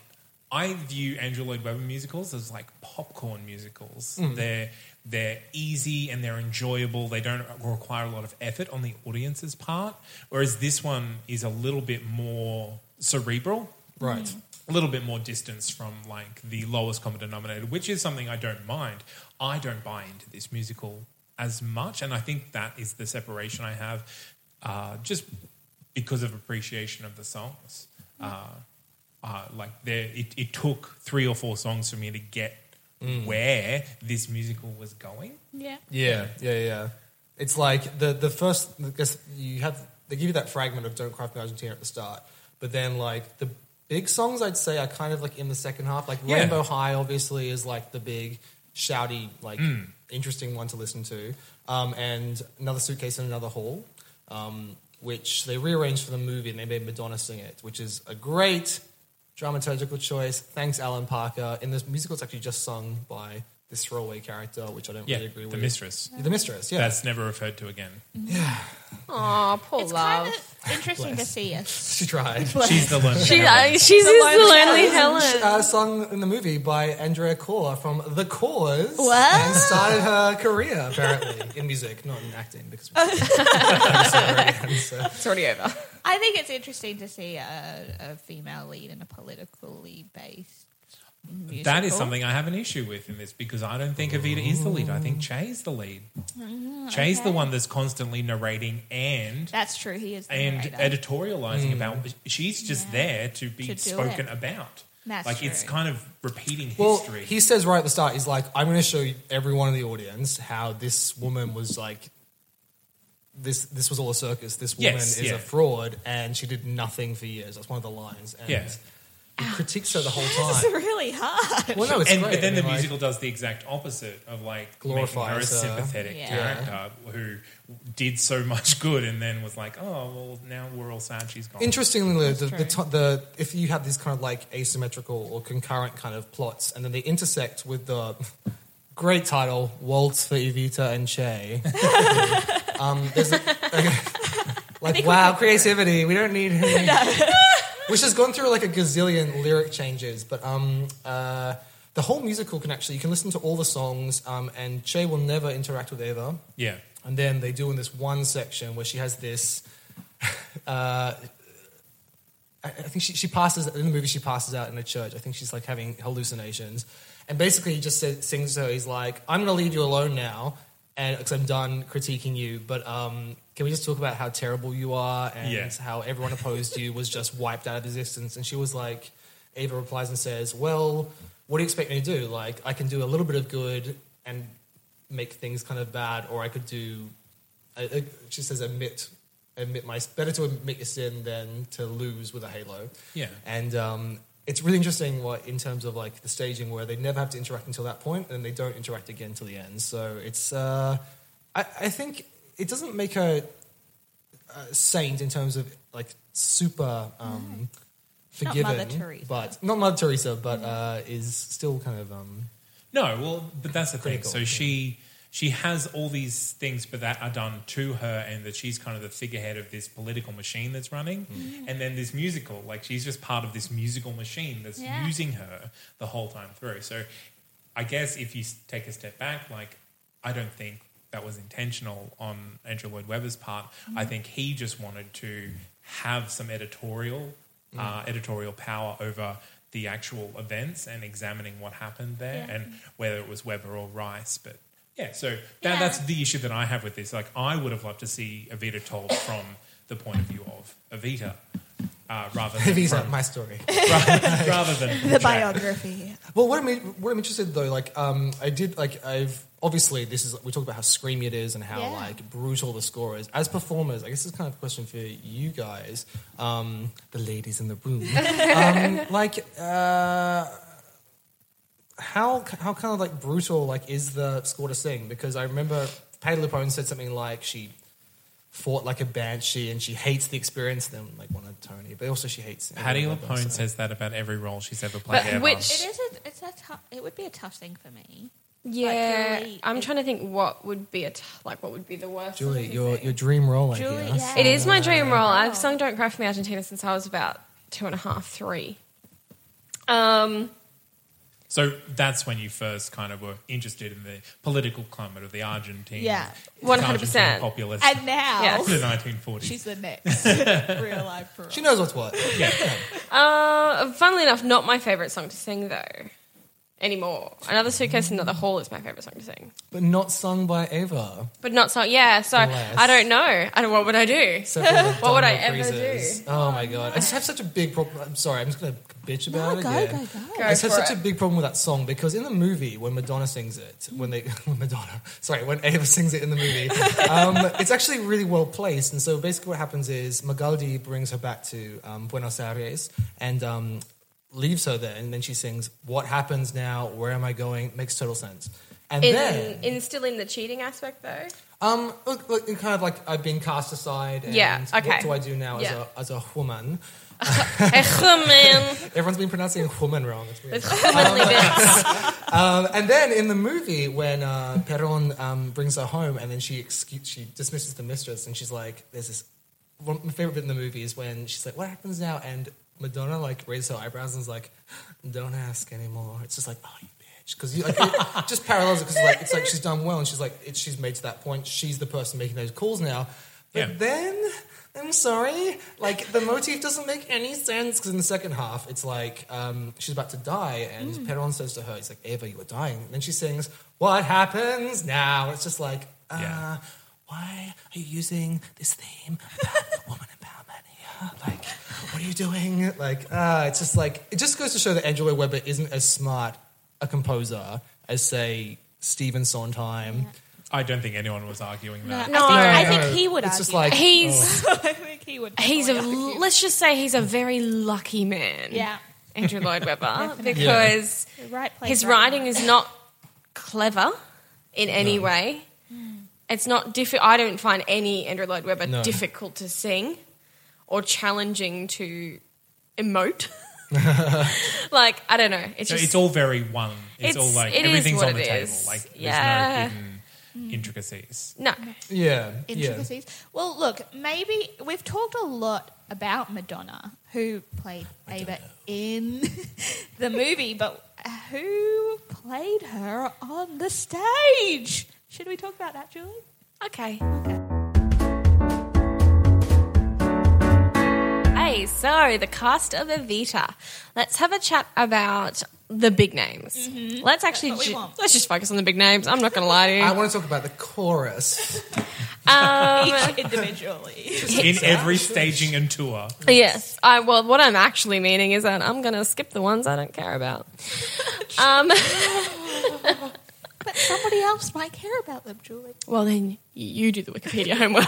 B: I view Andrew Lloyd Webber musicals as like popcorn musicals. They're they're easy and they're enjoyable. They don't require a lot of effort on the audience's part. Whereas this one is a little bit more cerebral
D: Right.
B: a little bit more distance from like the lowest common denominator, which is something I don't mind. I don't buy into this musical as much, and I think that is the separation I have, uh, just because of appreciation of the songs. Uh, uh, like there, it, it took three or four songs for me to get where this musical was going.
A: Yeah.
D: Yeah, yeah, yeah. It's like the the first. I guess you have they give you that fragment of "Don't Cry for Argentina" at the start, but then like the big songs, I'd say are kind of like in the second half. Like
B: Yeah.
D: Rainbow High, obviously, is like the big shouty, like
B: Hmm.
D: interesting one to listen to, um, and another suitcase in another hall, um, which they rearranged for the movie and they made Madonna sing it, which is a great dramaturgical choice. Thanks, Alan Parker. In this musical, it's actually just sung by this throwaway character, which I don't
B: Yeah,
D: really agree
B: the
D: with.
B: mistress.
D: The mistress, yeah.
B: That's never referred to again.
C: Aw, poor
A: It's
C: love.
A: kind of interesting to see us.
D: <laughs> she tried.
B: She's the lone.
C: She, uh, she's just the lonely Helen.
D: Uh, sung in the movie by Andrea Corr from The Cause
A: Wow.
D: and started her career apparently in music, not in acting because <laughs>
C: <laughs>
D: we
C: It's already over.
A: I think it's interesting to see a, a female lead in a politically based musical.
B: That is something I have an issue with in this because I don't think Evita is the lead. I think Che's the lead. Che's the one that's constantly narrating and
A: Ah, That's true. He is the
B: and
A: narrator.
B: editorializing about. She's just there to be
A: To do
B: spoken
A: it.
B: about.
A: That's
B: like it's
A: true.
B: kind of repeating
D: Well,
B: history.
D: he says right at the start, he's like, "I'm going to show everyone in the audience how this woman was like, this this was all a circus. This woman
B: Yes,
D: is
B: yeah.
D: a fraud, and she did nothing for years." That's one of the lines, and
B: Yeah.
D: he critiques her the whole
A: It's
D: time.
A: really hard.
D: Well, no, it's
B: and
D: great.
B: but then
D: I
B: the
D: mean, like,
B: musical does the exact opposite of like making her a
D: Glorifies her.
B: sympathetic
A: Yeah.
B: character who did so much good and then was like, oh well, now we're all sad she's gone.
D: Interestingly, the, the, to- the if you have these kind of like asymmetrical or concurrent kind of plots, and then they intersect with the <laughs> great title "Waltz for Evita and Che." um, there's a, <laughs> like, wow, creativity. We don't need him, which has gone through like a gazillion lyric changes. But um, uh, the whole musical can actually you can listen to all the songs, um, and Che will never interact with Ava.
B: Yeah.
D: And then they do in this one section where she has this. <laughs> Uh, I I think she, she passes in the movie. She passes out in a church. I think she's like having hallucinations, and basically he just sa sings to her. He's like, "I'm going to leave you alone now, and because I'm done critiquing you, but um, can we just talk about how terrible you are and
B: Yeah.
D: how everyone opposed you was just wiped out of existence?" And she was like, Ava replies and says, "Well, what do you expect me to do? Like, I can do a little bit of good and make things kind of bad, or I could do I, I, she says admit admit my better to admit your sin than to lose with a halo
B: Yeah.
D: and um, it's really interesting what in terms of like the staging where they never have to interact until that point and they don't interact again till the end so it's uh, I, I think it doesn't make her a saint in terms of like super um,
A: Mm-hmm. Not
D: forgiven
A: Mother Teresa.
D: but not mother teresa but uh, is still kind of um, <laughs>
B: No, well, but that's the thing.
D: Critical,
B: So
D: yeah.
B: she she has all these things, but that are done to her, and that she's kind of the figurehead of this political machine that's
D: Mm.
B: running, and then this musical, like she's just part of this musical machine that's
A: Yeah.
B: using her the whole time through. So, I guess if you s- take a step back, like I don't think that was intentional on Andrew Lloyd Webber's part.
A: Mm-hmm.
B: I think he just wanted to have some editorial
A: Mm.
B: uh, editorial power over the actual events and examining what happened there
A: Yeah.
B: and whether it was Weber or Rice. But yeah, so that,
A: Yeah.
B: that's the issue that I have with this. Like, I would have loved to see Evita told from the point of view of Evita uh, rather
D: If
B: than
D: he's
B: from,
D: my story.
B: rather, <laughs> rather than
A: The
B: Jack.
A: biography.
D: Well, what I'm, what I'm interested in, though, like um, I did, like I've obviously this is we talked about how screamy it is and how
A: Yeah.
D: like brutal the score is. As performers, I guess this is kind of a question for you guys, um, the ladies in the
A: <laughs>
D: room, um, like. Uh, how how kind of like brutal like is the score to sing? Because I remember Patty LuPone said something like she fought like a banshee and she hates the experience. Then like won a Tony, but also she hates
B: Patty
D: everyone,
B: LaPone
D: so-
B: says that about every role she's ever played.
C: But
B: ever.
C: which-
A: It is a, it's a tough, it would be a tough thing for me.
C: Yeah,
A: Julie-
C: I'm trying to think what would be a t- like what would be the worst.
D: Julie,
C: thing to
D: your
C: sing.
D: your dream role. I
A: Julie,
D: guess.
A: yeah.
C: It is my dream role. I've sung "Don't Cry for Me, Argentina" since I was about two and a half, three. Um,
B: So that's when you first kind of were interested in the political climate of the Argentine.
A: Yeah.
C: 100%.
B: Populist.
A: And now
C: Yes.
B: the 1940s.
A: she's the
D: <laughs>
A: next real life pro.
D: She knows what's what.
B: yeah.
C: uh, funnily enough, not my favorite song to sing though anymore. Another suitcase in the hall is my favorite song to sing,
D: But not sung by Ava.
C: but not song. Yeah, so
D: Bless.
C: I don't know. I don't. What would I do? <laughs>
D: Except for the
C: What would I
D: Donna
C: ever
D: Breezes.
C: do?
D: Oh my god. I just have such a big problem. I'm sorry, I'm just going to bitch about
A: No,
D: it.
A: go,
D: yeah.
A: go, go.
C: Go
D: I just have
C: for
D: such
C: it.
D: a big problem with that song because in the movie, when Madonna sings it, when they, <laughs> when Madonna, sorry, when Ava sings it in
C: <laughs>
D: the movie, um, it's actually really well placed. And so basically what happens is Magaldi brings her back to um, Buenos Aires and um, leaves her there. And then she sings, What happens now? Where am I going? Makes total sense. And
C: In,
D: then.
C: in still in the cheating aspect though.
D: Um, look, look, and kind of like I've been cast aside. And
C: Yeah, okay.
D: What do I do now
C: Yeah.
D: as a as a woman?
C: Hey, man.
D: Everyone's been pronouncing woman wrong. It's weird.
C: It's commonly been-
D: Um, and then in the movie, when uh, Peron um, brings her home, and then she excuse, she dismisses the mistress, and she's like, "There's this." One, my favorite bit in the movie is when she's like, "What happens now?" And Madonna like raises her eyebrows and is like, "Don't ask anymore." It's just like, "Oh, you bitch," because like,
B: <laughs>
D: it just parallels it because like it's like she's done well, and she's like, it, she's made to that point. She's the person making those calls now. But
B: Yeah.
D: then. I'm sorry. Like the motif doesn't make any sense because in the second half, it's like um, she's about to die, and
B: Hmm.
D: Peron says to her, "It's like Eva, you are dying." And then she sings, "What happens now?" It's just like, uh,
B: Yeah.
D: why are you using this theme about woman empowerment here? Like, what are you doing? Like, uh, it's just like it just goes to show that Angela Weber isn't as smart a composer as say Stephen Sondheim.
B: I don't think anyone was arguing that.
C: No,
A: I think, I
D: no,
A: think he would.
D: it's
A: argue.
D: just
B: Oh.
C: <laughs>
D: like-
A: <laughs>
C: he's
A: I think he would.
C: he's a
A: definitely argue.
C: let's just say he's a very lucky man.
A: Yeah.
C: Andrew Lloyd Webber because
A: The right place.
C: his
A: right
C: writing is not clever in any way. It's not diffi- I don't find any Andrew Lloyd Webber
D: No.
C: difficult to sing or challenging to
B: <laughs>
C: emote. <laughs> like I don't know. It's
B: So
C: just
B: it's all very one. It's,
C: It's-
B: all like
C: it is
B: everything's
C: what
B: on the
C: it
B: table.
C: is.
B: Like there's
C: Yeah.
B: no hidden intricacies.
C: no.
D: Yeah, yeah.
A: intricacies. Well, look, maybe we've talked a lot about Madonna, who played Ava in <laughs> the movie, but who played her on the stage? Should we talk about that, Julie?
C: Okay. Hey, so the cast of Evita. Let's have a chat about the big names. Let's actually
A: Mm-hmm. what we
C: ju-
A: want.
C: let's just focus on the big names. I'm not going to lie to you.
D: I want to talk about the chorus.
A: <laughs> Each individually.
B: In every staging and tour.
C: <laughs> Yes. I well, what I'm actually meaning is that I'm going to skip the ones I don't care about. um,
A: but somebody else might care about them, Julie.
C: well, then you do the Wikipedia homework.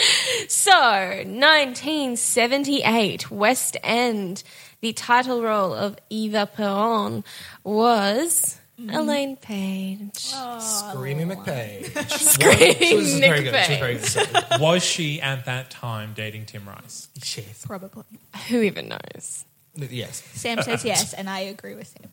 C: <laughs> so, 1978, West End. The title role of Eva Peron was
A: Mm-hmm.
C: Elaine Page.
A: Oh.
D: Screamy McPay. She was
C: Scream
D: very good. She was
C: McVeigh.
D: very good. So,
B: Was she at that time dating Tim Rice?
D: Shit.
A: Probably.
C: Who even knows?
D: Yes.
A: Sam says yes, and I agree with him.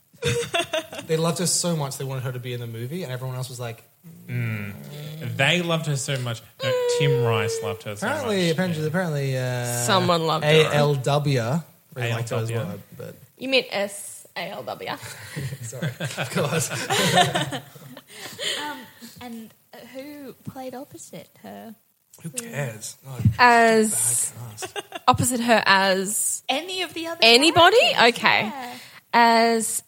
D: They loved her so much they wanted her to be in the movie, and everyone else was like,
B: They loved her so much. No, Tim Rice loved her so
D: apparently,
B: much.
D: apparently, apparently, uh,
C: Someone loved her.
D: ALW. Really liked her as
B: ALW.
D: well, but
C: You meant S A L W.
D: sorry. Of course.
A: And uh, who played opposite her?
D: Who cares? Oh, <laughs>
C: As
D: Christ.
C: opposite her as
A: Any of the other
C: Anybody?
A: characters,
C: Okay.
A: yeah.
C: As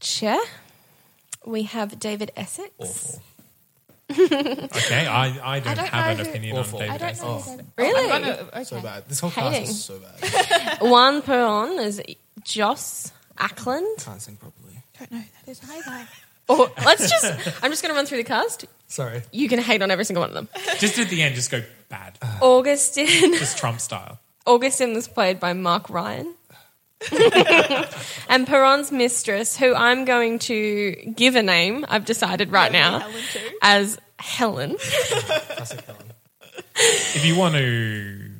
C: chair, we have David Essex.
D: Awful.
B: Okay, I, I, don't,
E: don't
B: have
E: know
B: an
E: who-
B: opinion
D: Awful.
B: on
D: I
B: David
E: I don't
B: Essex.
E: know.
D: Oh,
C: Really?
E: I'm gonna- okay.
D: So bad. This whole class
C: Hating.
D: is so bad.
C: Juan Peron is Joss Ackland.
D: Can't sing properly.
A: Don't know who that is either.
C: Or let's just, I'm just going to run through the cast.
D: Sorry.
C: You can hate on every single one of <laughs> them.
B: Just at the end, just go bad.
C: Augustine.
B: Just Trump style.
C: Augustine was played by Mark Ryan. and Peron's mistress, who I'm going to give a name, I've decided right now,
A: Helen too. Oh,
C: as Helen.
D: Classic Helen.
B: If you want to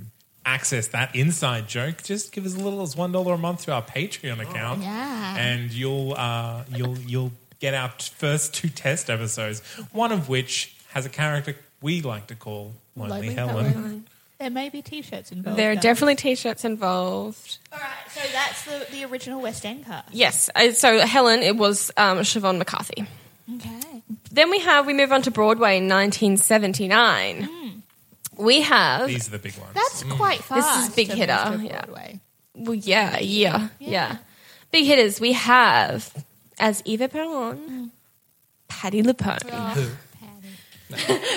B: access that inside joke, just give as little as one dollar a month to our Patreon account,
E: Oh, yeah.
B: and you'll uh, you'll you'll get our t- first two test episodes. One of which has a character we like to call Lonely,
E: Lonely
B: Helen.
E: There may be t-shirts involved.
C: There are
E: though.
C: definitely t shirts involved.
A: All right, so that's the, the original West End cast.
C: Yes, I- so Helen, it was um, Siobhan McCarthy.
E: Okay.
C: Then we have, we move on to Broadway in 1979.
A: Hmm.
C: We have,
B: These are the big ones.
E: That's quite fast.
C: big
E: to
C: hitter,
E: Mr.
C: yeah.
E: Broadway.
C: well, yeah, yeah, yeah,
E: Yeah.
C: Big hitters, we have, as Eva
A: Hmm.
C: Peron, Patty LuPone.
A: Oh,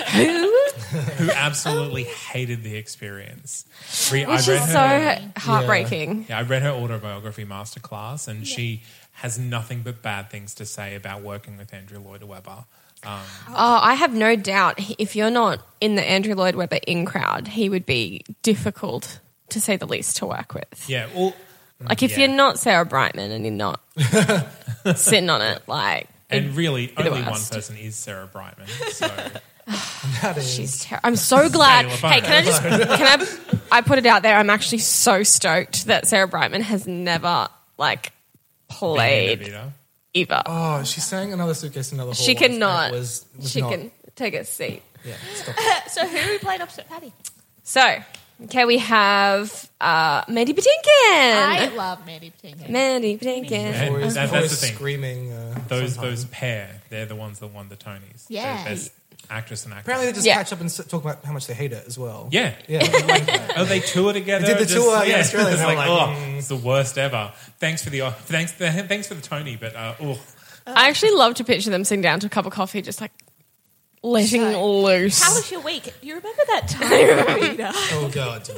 B: Who absolutely hated the experience. Re- I
C: Which
B: read
C: is
B: her-
C: so heartbreaking.
B: Yeah, I read her autobiography masterclass, and she has nothing but bad things to say about working with Andrew Lloyd Webber. Um,
C: Oh, I have no doubt he- if you're not in the Andrew Lloyd Webber in crowd, he would be difficult to say the least to work with.
B: yeah, well,
C: Like if
B: yeah.
C: you're not Sarah Brightman and you're not sitting on it, like
B: and really
C: the
B: only one
C: worst.
B: person is Sarah Brightman.
D: <laughs>
B: So
D: That is.
C: she's ter- I'm so glad.
B: Taylor
C: Hey, can I just can I? I put it out there. I'm actually so stoked that Sarah Brightman has never like played
B: Vita.
C: ever.
D: Oh, she sang another suitcase, another. Hall
C: she
D: once, and it
C: cannot.
D: Was, was
C: she
D: not-
C: can take a seat.
D: Yeah.
C: <laughs>
D: Stop it.
A: <laughs> So who played opposite Patty?
C: So, okay, we have uh, Mandy Patinkin.
E: I love Mandy Patinkin.
C: Mandy Patinkin.
B: And
D: Always,
B: that- that's
D: always
B: the thing.
D: screaming. Uh,
B: Those
D: sometimes.
B: those pair, they're the ones that won the Tonys. They're
E: Yeah.
B: best actress and actor.
D: Apparently, they just
C: Yeah.
D: catch up and s- talk about how much they hate it as well.
B: yeah.
D: Yeah. like,
B: Oh, they tour together.
D: They did the
B: just-
D: tour in Australia,
B: It's
D: and I'm
B: like,
D: like, mm.
B: oh, it's the worst ever. Thanks for the oh, thanks thanks for the Tony, but uh, oh,
C: I actually love to picture them sitting down to a cup of coffee, just like letting loose.
A: How was your week? Do you remember
C: <laughs>
A: that time, Peter?
D: oh god, do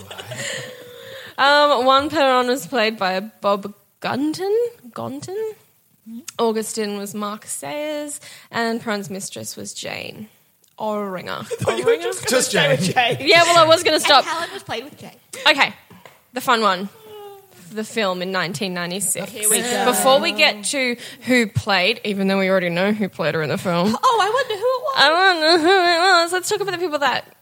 D: I?
C: Um, Juan Perón was played by Bob Gunton. Gunton. Augustine was Mark Sayers, and Peron's mistress was Jane Oringer. Oringer?
D: Just Jane.
C: yeah, well, I was going to stop.
A: And Helen was played with Jay.
C: Okay, the fun one. The film in 1996.
A: we go.
C: Before we get to who played, even though we already know who played her in the film,
A: Oh, I wonder who it was.
C: I don't know who it was. Let's talk about the people that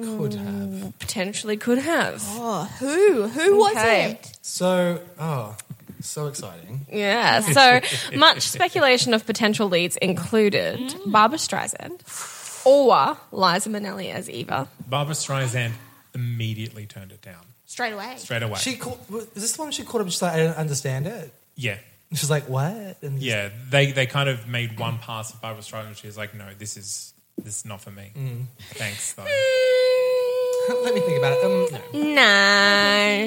D: Could have.
C: potentially could have.
A: Oh, who? Who
C: Okay.
A: was it?
D: So, oh, so exciting.
C: Yeah. So much speculation of potential leads included Barbara Streisand or Liza Minnelli as Eva.
B: Barbara Streisand immediately turned it down
E: Straight away.
B: straight away.
D: She caught, was this the one she caught up? She's like, I don't understand it.
B: yeah,
D: And She's like, what? And
B: yeah. They they kind of made one pass at Barbara Streisand. She was like, no, this is this is not for me.
D: Mm.
B: Thanks though.
D: Let me think about it. Um, no.
A: Mm.
B: <laughs>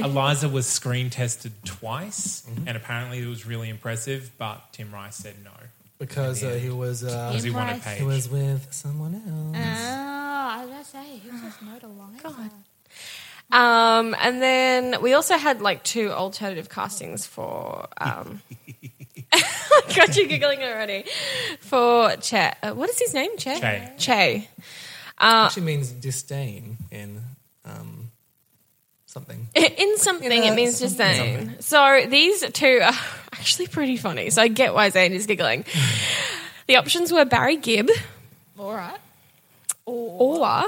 C: No.
B: Eliza was screen tested twice, and apparently it was really impressive. But Tim Rice said no
D: Because uh, he was uh,
B: because he
E: Tim
B: wanted
E: Rice.
B: Paige.
D: he was with someone else.
E: Oh, I
C: Ah,
E: was going to say, who says no to Liza? God.
C: Um, and then we also had like two alternative castings for. Um, <laughs> got you giggling already. For Che. Uh, what is his name? Che?
B: Che.
C: Che.
E: Uh.
D: She means disdain in um, something.
C: In something,
D: In a-
C: it means just Zane. So these two are <laughs> actually pretty funny. So I get why Zane is giggling. the options were Barry Gibb
E: All right.
C: or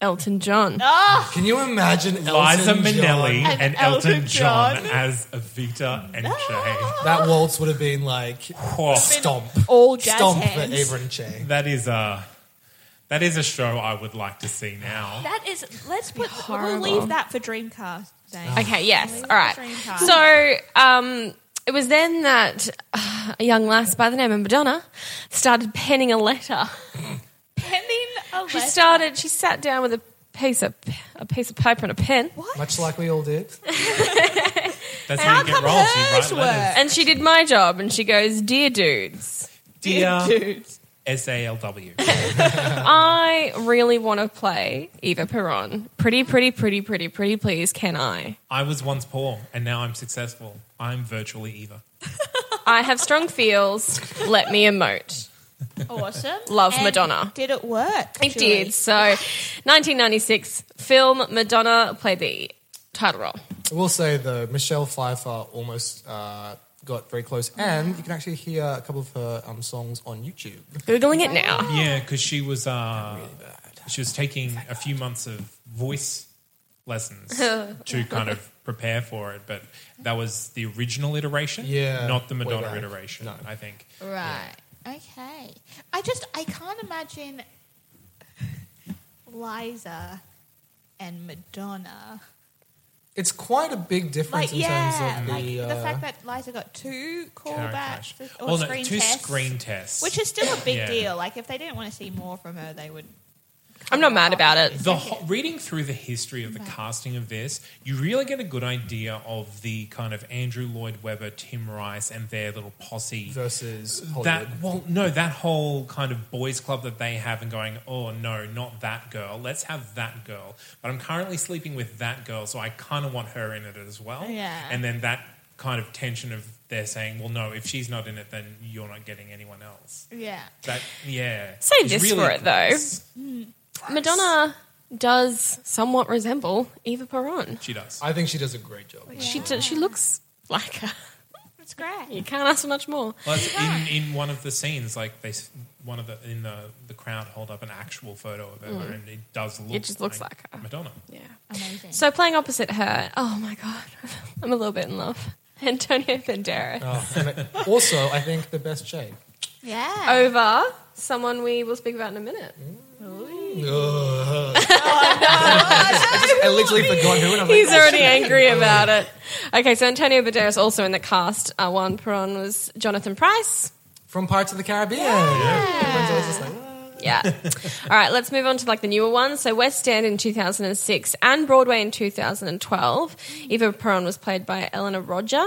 C: Elton John.
D: Can you imagine Elton
B: Liza
D: John?
B: Minnelli and,
E: And
B: Elton,
E: Elton
B: John, Ah.
E: John.
B: as Evita and Che.
D: That waltz would have been like
B: Oh,
D: stomp,
A: All jazz
D: stomp
A: hands.
D: for Ava and Che.
B: that is a that is a show I would like to see now.
A: That is. Let's put. We'll
C: horrible.
A: leave that for Dreamcast. Zane.
C: Okay, yes.
A: Leave
C: All right.
A: the dream cast.
C: So um, it was then that uh, a young lass by the name of Madonna started penning a letter.
A: Pending a
C: She
A: letter.
C: started, she sat down with a piece of, a piece of paper and a pen.
D: Much like we all did.
B: That's how you get roles. You write
A: hers
B: letters.
C: And she did my job and she goes, Dear dudes.
B: Dear, S A L W.
C: I really want to play Eva Peron. Pretty, pretty, pretty, pretty, pretty, please, can I?
B: I was once poor and now I'm successful. I'm virtually Eva.
C: I have strong feels. Let me emote.
E: Oh, Awesome.
C: Love
E: And
C: Madonna.
E: Did it work?
C: It
E: Julie?
C: did. So, 1996 film Madonna played the title role.
D: I will say though, Michelle Pfeiffer almost uh, got very close, and you can actually hear a couple of her um, songs on YouTube.
C: Googling it now.
B: Yeah, because she was uh, she was taking a few months of voice
D: <laughs>
B: lessons to kind of prepare for it. But that was the original iteration,
D: Yeah,
B: not the
D: way
B: Madonna
D: back.
B: iteration.
D: No.
B: I think
E: Right. Okay. I just I can't imagine Liza and Madonna.
D: It's quite a big difference
E: Like
D: in
E: yeah,
D: terms of
E: like
D: the,
E: the
D: uh,
E: fact that Liza got two callbacks
B: Character.
E: or
B: Well, no,
E: screen
B: two
E: tests,
B: screen tests,
E: which is still a big
B: Yeah.
E: deal. Like if they didn't want to see more from her, they would.
C: I'm not mad about it.
B: the ho- reading through the history of the casting of this, you really get a good idea of the kind of Andrew Lloyd Webber, Tim Rice, and their little posse
D: versus Hollywood.
B: that well no that whole kind of boys club that they have and going oh no not that girl let's have that girl but i'm currently sleeping with that girl so i kind of want her in it as well
E: Yeah.
B: and then that kind of tension of they're saying well no if she's not in it then you're not getting anyone else
E: Yeah.
B: that yeah
C: Save
B: It's
C: this for it, though.
B: gross.
C: Madonna does somewhat resemble Eva Peron.
B: she does
D: I think she does a great job.
C: She, d- she looks like her.
E: It's great.
C: You can't ask for much more.
B: Well, it's in, in one of the scenes, like they, s- one of the in the the crowd hold up an actual photo of her, and it does look.
C: Mm. just looks like her.
B: Madonna.
C: Yeah.
E: Amazing.
C: So playing opposite her, oh my god, <laughs> I'm a little bit in love. Antonio Banderas
D: Oh, and also, I think the best shape.
C: uh,
E: Yeah.
C: over someone we will speak about in a minute.
D: Ugh. I literally forgot who, and I'm
C: He's
D: like,
C: already angry about it. Okay, so Antonio Banderas also in the cast. Uh, Juan Peron was Jonathan Price.
D: from Pirates of the Caribbean. Everyone's always just like, "Ah."
C: Yeah. All right, let's move on to like the newer ones. So West End in 2006 and Broadway in 2012. Eva Peron was played by Eleanor Roger.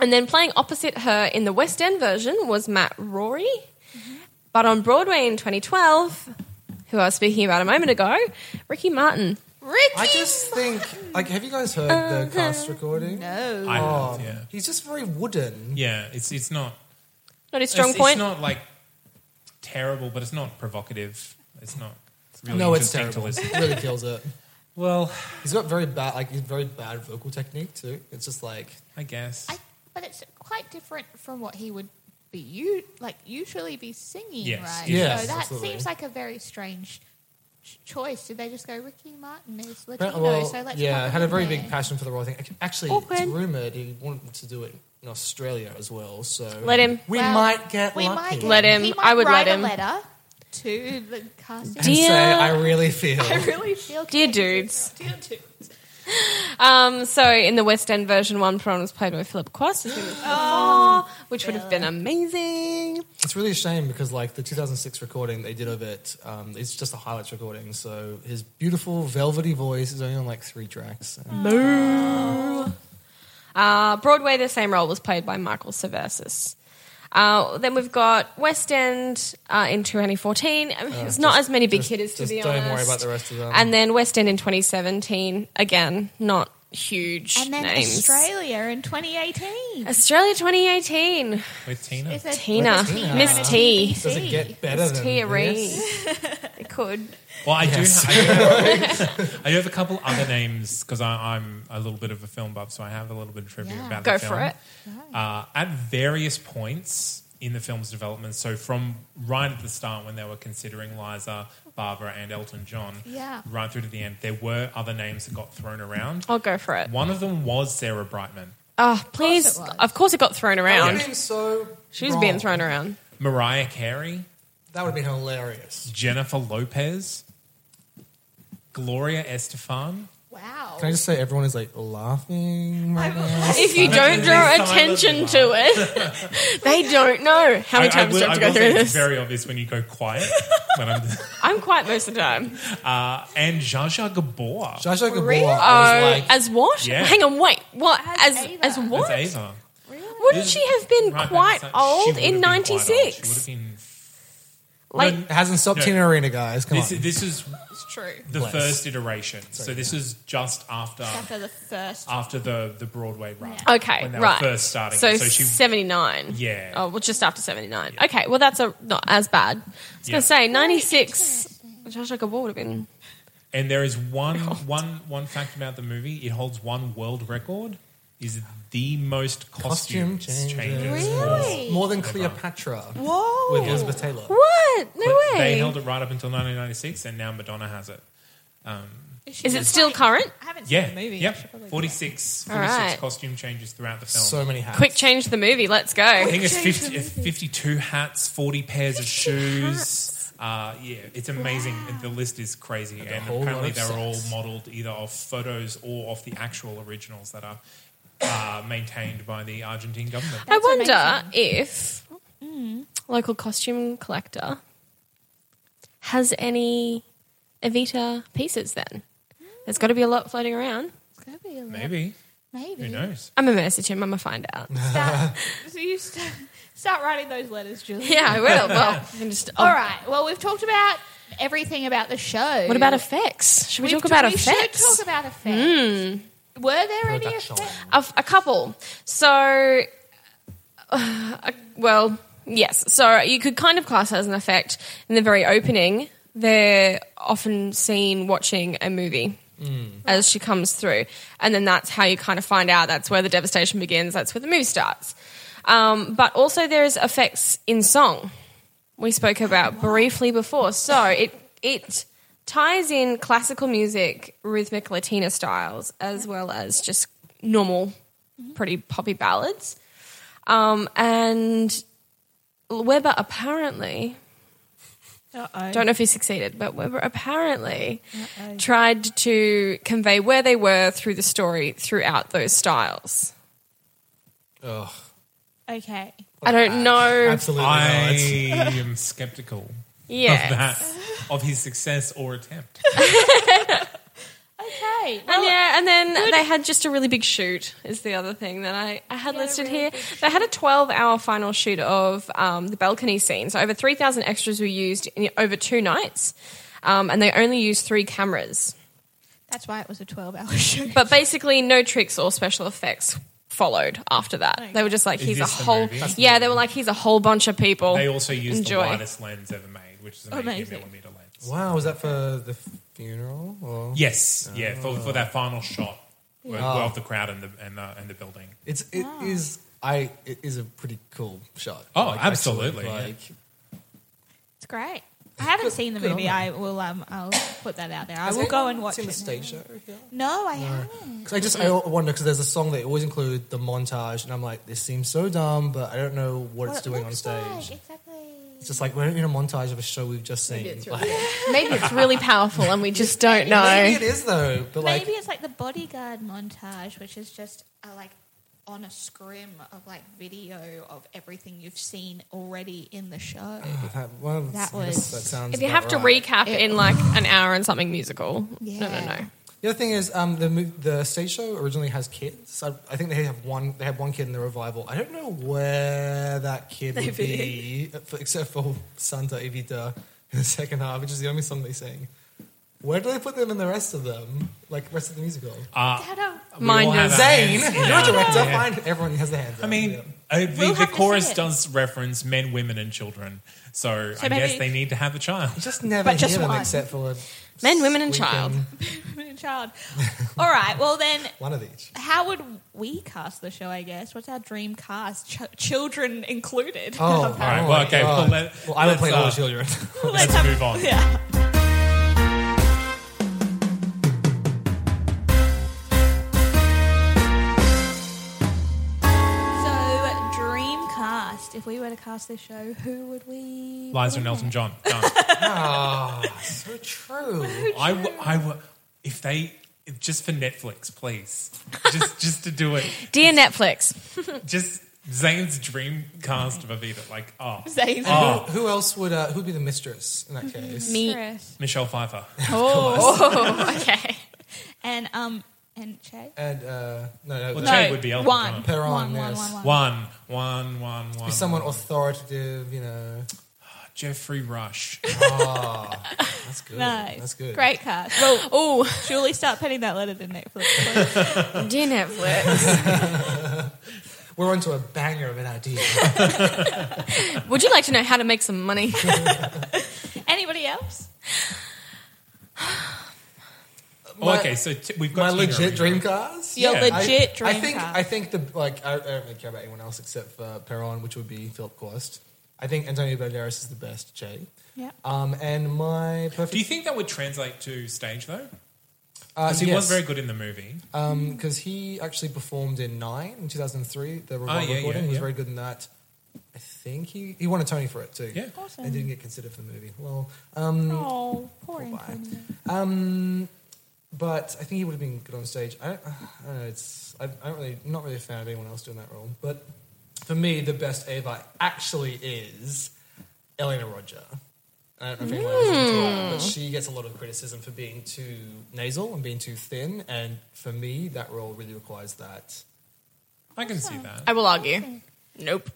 C: And then playing opposite her in the West End version was Matt Rory. But on Broadway in 2012, who I was speaking about a moment ago, Ricky Martin.
D: I just think, like, have you guys heard the cast recording?
E: No.
B: I
D: Oh,
B: have, yeah,
D: He's just very wooden.
B: yeah. It's it's not
C: Not his strong
B: it's,
C: point.
B: It's not like terrible, but it's not provocative. It's not. Really
D: no, it's
B: interesting
D: terrible.
B: To listen.
D: It really kills it.
B: Well,
D: He's got very bad, like, he's very bad vocal technique too. It's just like,
B: I guess.
E: I, but it's quite different from what he would be you like usually be singing,
B: Yes,
E: right?
D: yes,
E: so that
D: absolutely.
E: seems like a very strange ch- choice. Did they just go Ricky Martin is Latino,
D: well,
E: so let's
D: yeah,
E: pop him
D: had a
E: in
D: very
E: there."
D: big passion for the royal thing. Ac- Actually, it's
E: Awkward.
D: rumored he wanted to do it in Australia as well. So
C: Let him.
D: We
E: Well,
D: might get
E: We
D: lucky.
E: might
C: Let him.
E: He might
C: I would
E: write
C: let him.
E: a letter to the casting.
D: and say,
C: Dear-
D: I really
C: <laughs>
E: <laughs>
D: feel.
E: I really feel
C: Dear
E: connected.
C: dudes.
E: Dear dudes.
C: Um, so in the West End version, Juan Peron was played by Philip Quast, as we mentioned before, which would have been amazing.
D: It's really a shame because like the 2006 recording they did of it, um, it's just a highlights recording. So his beautiful velvety voice is only on like three tracks. And
E: Oh,
C: Uh, Broadway, the same role was played by Michael Cerversis. Uh, then we've got West End uh, in 2014. I mean, it's not as many big
D: Uh, just-
C: hitters, to
D: just
C: be
D: don't worry
C: honest.
D: about the rest of them.
C: And then West End in 2017. Again, not huge
E: And then
C: names.
E: Australia in 2018.
C: Australia 2018.
B: With Tina,
E: Is it-
C: Tina.
D: Tina.
C: Miss T.
D: Does it get better
C: Miss
D: than
C: T. E. Aree.
D: this?
E: <laughs>
C: It could.
B: well, I do. I do, have, I do have a couple other names because I'm a little bit of a film buff, so I have a little bit of trivia
E: Yeah.
B: about
C: Go
B: the
C: for
B: film.
C: it.
B: Uh, at various points in the film's development, so from right at the start when they were considering Liza, Barbara, and Elton John,
E: Yeah.
B: right through to the end, there were other names that got thrown around.
C: I'll go for it.
B: One of them was Sarah Brightman.
C: Oh, please.
E: it was.
C: Of course, it got thrown
D: That would
C: around.
D: have been so.
C: She was
D: wrong.
C: being thrown around.
B: Mariah Carey,
D: That would have been hilarious.
B: Jennifer Lopez, Gloria Estefan.
E: Wow.
D: Can I just say everyone is like laughing? Right now?
C: If you don't draw attention to it, <laughs> they don't know. How many
B: I- I
C: times
B: will-
C: do I have
B: I
C: to go
B: will
C: through
B: say It's
C: this?
B: very obvious when you go
C: <laughs>
B: quiet. when I'm,
C: I'm quiet most of the time.
B: uh, and Zsa Zsa Gabor
D: Zsa Zsa Gabor
E: Really?
D: was like,
C: as what?
B: Yeah.
C: Hang on, wait. What?
E: As
C: As as,
E: Ava. As
C: what?
B: as Ava.
C: Wouldn't she have been
B: Right,
C: quite
B: that's- she
C: old
B: would have been
C: in
B: quite old. She would
C: '96?
B: have been
C: Like,
D: It hasn't stopped
B: No.
D: Tina Arena, guys. Come
B: This,
D: on.
B: this is
A: It's true.
B: the
D: Bless.
B: first iteration. so this is just after
A: After the first.
B: after the, the Broadway run.
C: okay,
B: when they
C: right.
B: were first starting.
C: So,
B: So, she
C: 79.
B: Yeah.
C: Oh, well, just after 79. Okay, well, that's a, not as bad. I was
B: Yeah.
C: going to say 96. Josh like would have been.
B: and there is
C: <laughs>
B: one one one fact about the movie. It holds one world record. Is the most
D: Costume
B: costume
D: changes.
B: changes.
A: Really?
D: More than Cleopatra
E: Oh.
C: Whoa.
D: with Elizabeth Taylor.
C: What? No
B: But
C: way.
B: They held it right up until 1996, and now Madonna has it.
C: Is it still current?
A: I haven't seen
B: Yeah.
A: the movie. I should
B: Yep.
A: probably-
B: 46, 46
C: All right.
B: costume changes throughout the film.
D: So many hats.
C: Quick change the movie. Let's
B: I
C: go.
B: think it's 50, 52 hats, 40 pairs of shoes. Uh, yeah, it's amazing. The list is crazy. And,
D: whole lot
B: apparently
D: of
B: they're all
D: sets.
B: modelled either off photos or off the actual originals that are uh, maintained by the Argentine government.
C: I wonder if
A: Mm.
C: local costume collector has any Evita pieces then. There's got to be a lot floating around.
A: It's gonna be a lot.
B: Maybe.
A: Maybe.
B: Who knows?
C: I'm going to message him. I'm going to find
A: <laughs>
C: out.
A: Start, so you start, start writing those letters, Julie.
C: yeah, I will. Well, <laughs> I'm just, oh,
A: All right. Well, we've talked about everything about the show.
C: What about effects? Should we
A: We've
C: talk
A: ta-
C: about
A: we
C: effects? Hmm.
A: should talk about effects. Were there any
D: Production.
A: effects?
C: a, f- a couple. So, uh, uh, well, yes. So you could kind of class it as an effect in the very opening. They're often seen watching a movie as she comes through, and then that's how you kind of find out. That's where the devastation begins. That's where the movie starts. Um, but also, there is effects in song. We spoke about briefly before. So it it ties in classical music, rhythmic Latina styles, as well as just normal, pretty poppy ballads. Um, and Weber apparently, don't know if he succeeded, but Weber apparently tried to convey where they were through the story throughout those styles.
D: Ugh,
A: Okay.
C: I don't know.
D: absolutely
B: I
D: not.
B: am skeptical of
C: Yeah.
B: that, of his success or attempt.
A: Okay.
C: And yeah, and then they had just a really big shoot is the other thing that I, I had listed here. They had a 12 hour final shoot of um, the balcony scene. So over 3,000 extras were used in over two nights. Um, and they only used three cameras.
A: That's why it was a 12 hour <laughs> show.
C: But basically no tricks or special effects followed after that. They were just like,
B: Is
C: here's a
B: this the
C: whole...
B: movie? That's
C: Yeah, they were like, here's a whole bunch of people.
B: They also used
C: Enjoy.
B: the widest lens ever made, which is an 80
A: Amazing.
B: millimeter lens.
D: Wow, was that for the funeral? Or?
B: Yes, yeah, for,
D: Ah.
B: for that final shot of of the crowd and the, and the, and the building.
D: It's it is I it is a pretty cool shot.
B: Oh,
D: actually,
B: absolutely, yeah.
D: like
A: It's great. I haven't seen the
D: good on
A: movie.
D: them.
A: I will. Um, I'll put that out there. I
D: Has
A: will go
D: anyone
A: and watch
D: seen
A: it.
D: the stage show. here?
A: No, I haven't.
D: 'Cause I just I wonder because there's a song they always include the montage, and I'm like, this seems so dumb, but I don't know
A: What
D: what, it's
A: it
D: doing on
A: looks
D: stage.
A: like, Exactly.
D: It's just like we're in a montage of a show we've just seen. Like,
C: <laughs> Maybe it's really powerful and we just don't
D: maybe
C: know.
D: it is though, but like
A: Maybe it's like the bodyguard montage, which is just uh, like on a scrim of like video of everything you've seen already in the show.
D: <sighs> that, well,
A: That
D: I guess
A: was-
D: that sounds.
C: If you
D: about
C: have to
D: right.
C: recap in like an hour and something musical, no, no,
A: Yeah.
C: no.
D: The other thing is, um, the mo- the stage show originally has kids. I, I think they have one. They had one kid in the revival. I don't know where that kid would be, for, except for Santa Evita in the second half, which is the only song they sing. Where do they put them in the rest of them? Like rest of the musical?
A: I don't.
B: Uh, We all
C: Mine
B: have
C: does.
B: our
A: <laughs>
D: Zane,
B: hands-
D: you're
B: yeah.
D: a director.
B: Yeah.
D: Find everyone has their hands.
B: I
D: up,
B: mean,
D: yeah.
B: uh, the,
A: We'll
B: the
A: have to see
B: chorus
A: it.
B: does reference men, women, and children. So, I
A: maybe-
B: guess they need to have a child.
D: You just never
A: but
D: hear
A: just
D: them
A: one.
D: except for a
C: Men, women, and child.
D: squeaking-
A: <laughs> Child. All right. Well then,
D: One of each.
A: how would we cast the show? I guess. What's our dream cast? Ch- children included. <laughs>
D: Oh,
B: All right. Well,
D: oh my
B: okay.
D: God.
B: Well, let,
D: Well, I would
B: let's,
D: play
B: uh,
D: little children. <laughs>
B: Let's,
A: have-
B: move on.
A: Yeah. So, dream cast. If we were to cast this show, who would we?
B: Liza and
A: <laughs>
B: Elton John.
A: Oh,
B: Done.
D: Ah, so true.
B: I, w- I w- if they if- just for Netflix, please, just just to do it,
C: Dear Netflix,
B: just Zane's dream cast of Evita. Like, oh,
A: Zayn.
B: oh,
D: Who else would uh, who'd be the mistress in that
A: Mm-hmm.
D: case?
C: me.
A: Chris. <laughs>
B: Michelle Pfeiffer.
C: Oh, okay.
A: And um and Che.
D: And uh, no, no,
B: Well,
D: that-
B: Che would be Elton
A: One.
B: John.
D: Perron,
A: One, one,
D: yes.
A: one, one.
B: One, one, one, one.
D: be someone authoritative, you know.
B: Jeffrey Rush.
D: That's good.
A: Nice.
D: That's good.
A: Great cast. Well, <laughs> oh, surely start penning that letter to Netflix.
B: <laughs>
C: Dear Netflix,
D: We're onto a banger of an
B: <laughs>
D: idea.
C: would you like to know how to make some money?
A: Anybody else?
B: Oh,
D: <laughs> My-
B: okay, so t- we've
D: My
B: got Tina
D: legit
B: Arena.
D: dream cars.
A: Your
B: Yeah.
A: legit
D: I,
A: dream
D: I think
A: cast.
D: I think the like I, I don't really care about anyone else except for Perron, which would be Philip Quest. I think Antonio Banderas is the best Jay.
A: Yeah.
D: Um, and my perfect.
B: Do you think that would translate to stage though?
D: uh,
B: Because he
D: yes.
B: was very good in the movie.
D: because Um, he actually performed in Nine in 2003. The revival
B: Oh, yeah, yeah,
D: recording he was
B: yeah.
D: very good in that. I think he he won a Tony for it too.
B: Yeah.
A: Awesome.
D: and didn't get considered for the movie. Well, Mm.
A: Oh, poor
D: Bye.
A: Antonio.
D: um, but I think he would have been good on stage. I don't, I don't know. It's I, I don't really I'm not really a fan of anyone else doing that role. But for me, the best Ava actually is Eleanor Roger. I don't know if anyone else into her, but she gets a lot of criticism for being too nasal and being too thin. And for me, that role really requires that.
B: I can
A: Oh.
B: see that.
C: I will argue. Nope.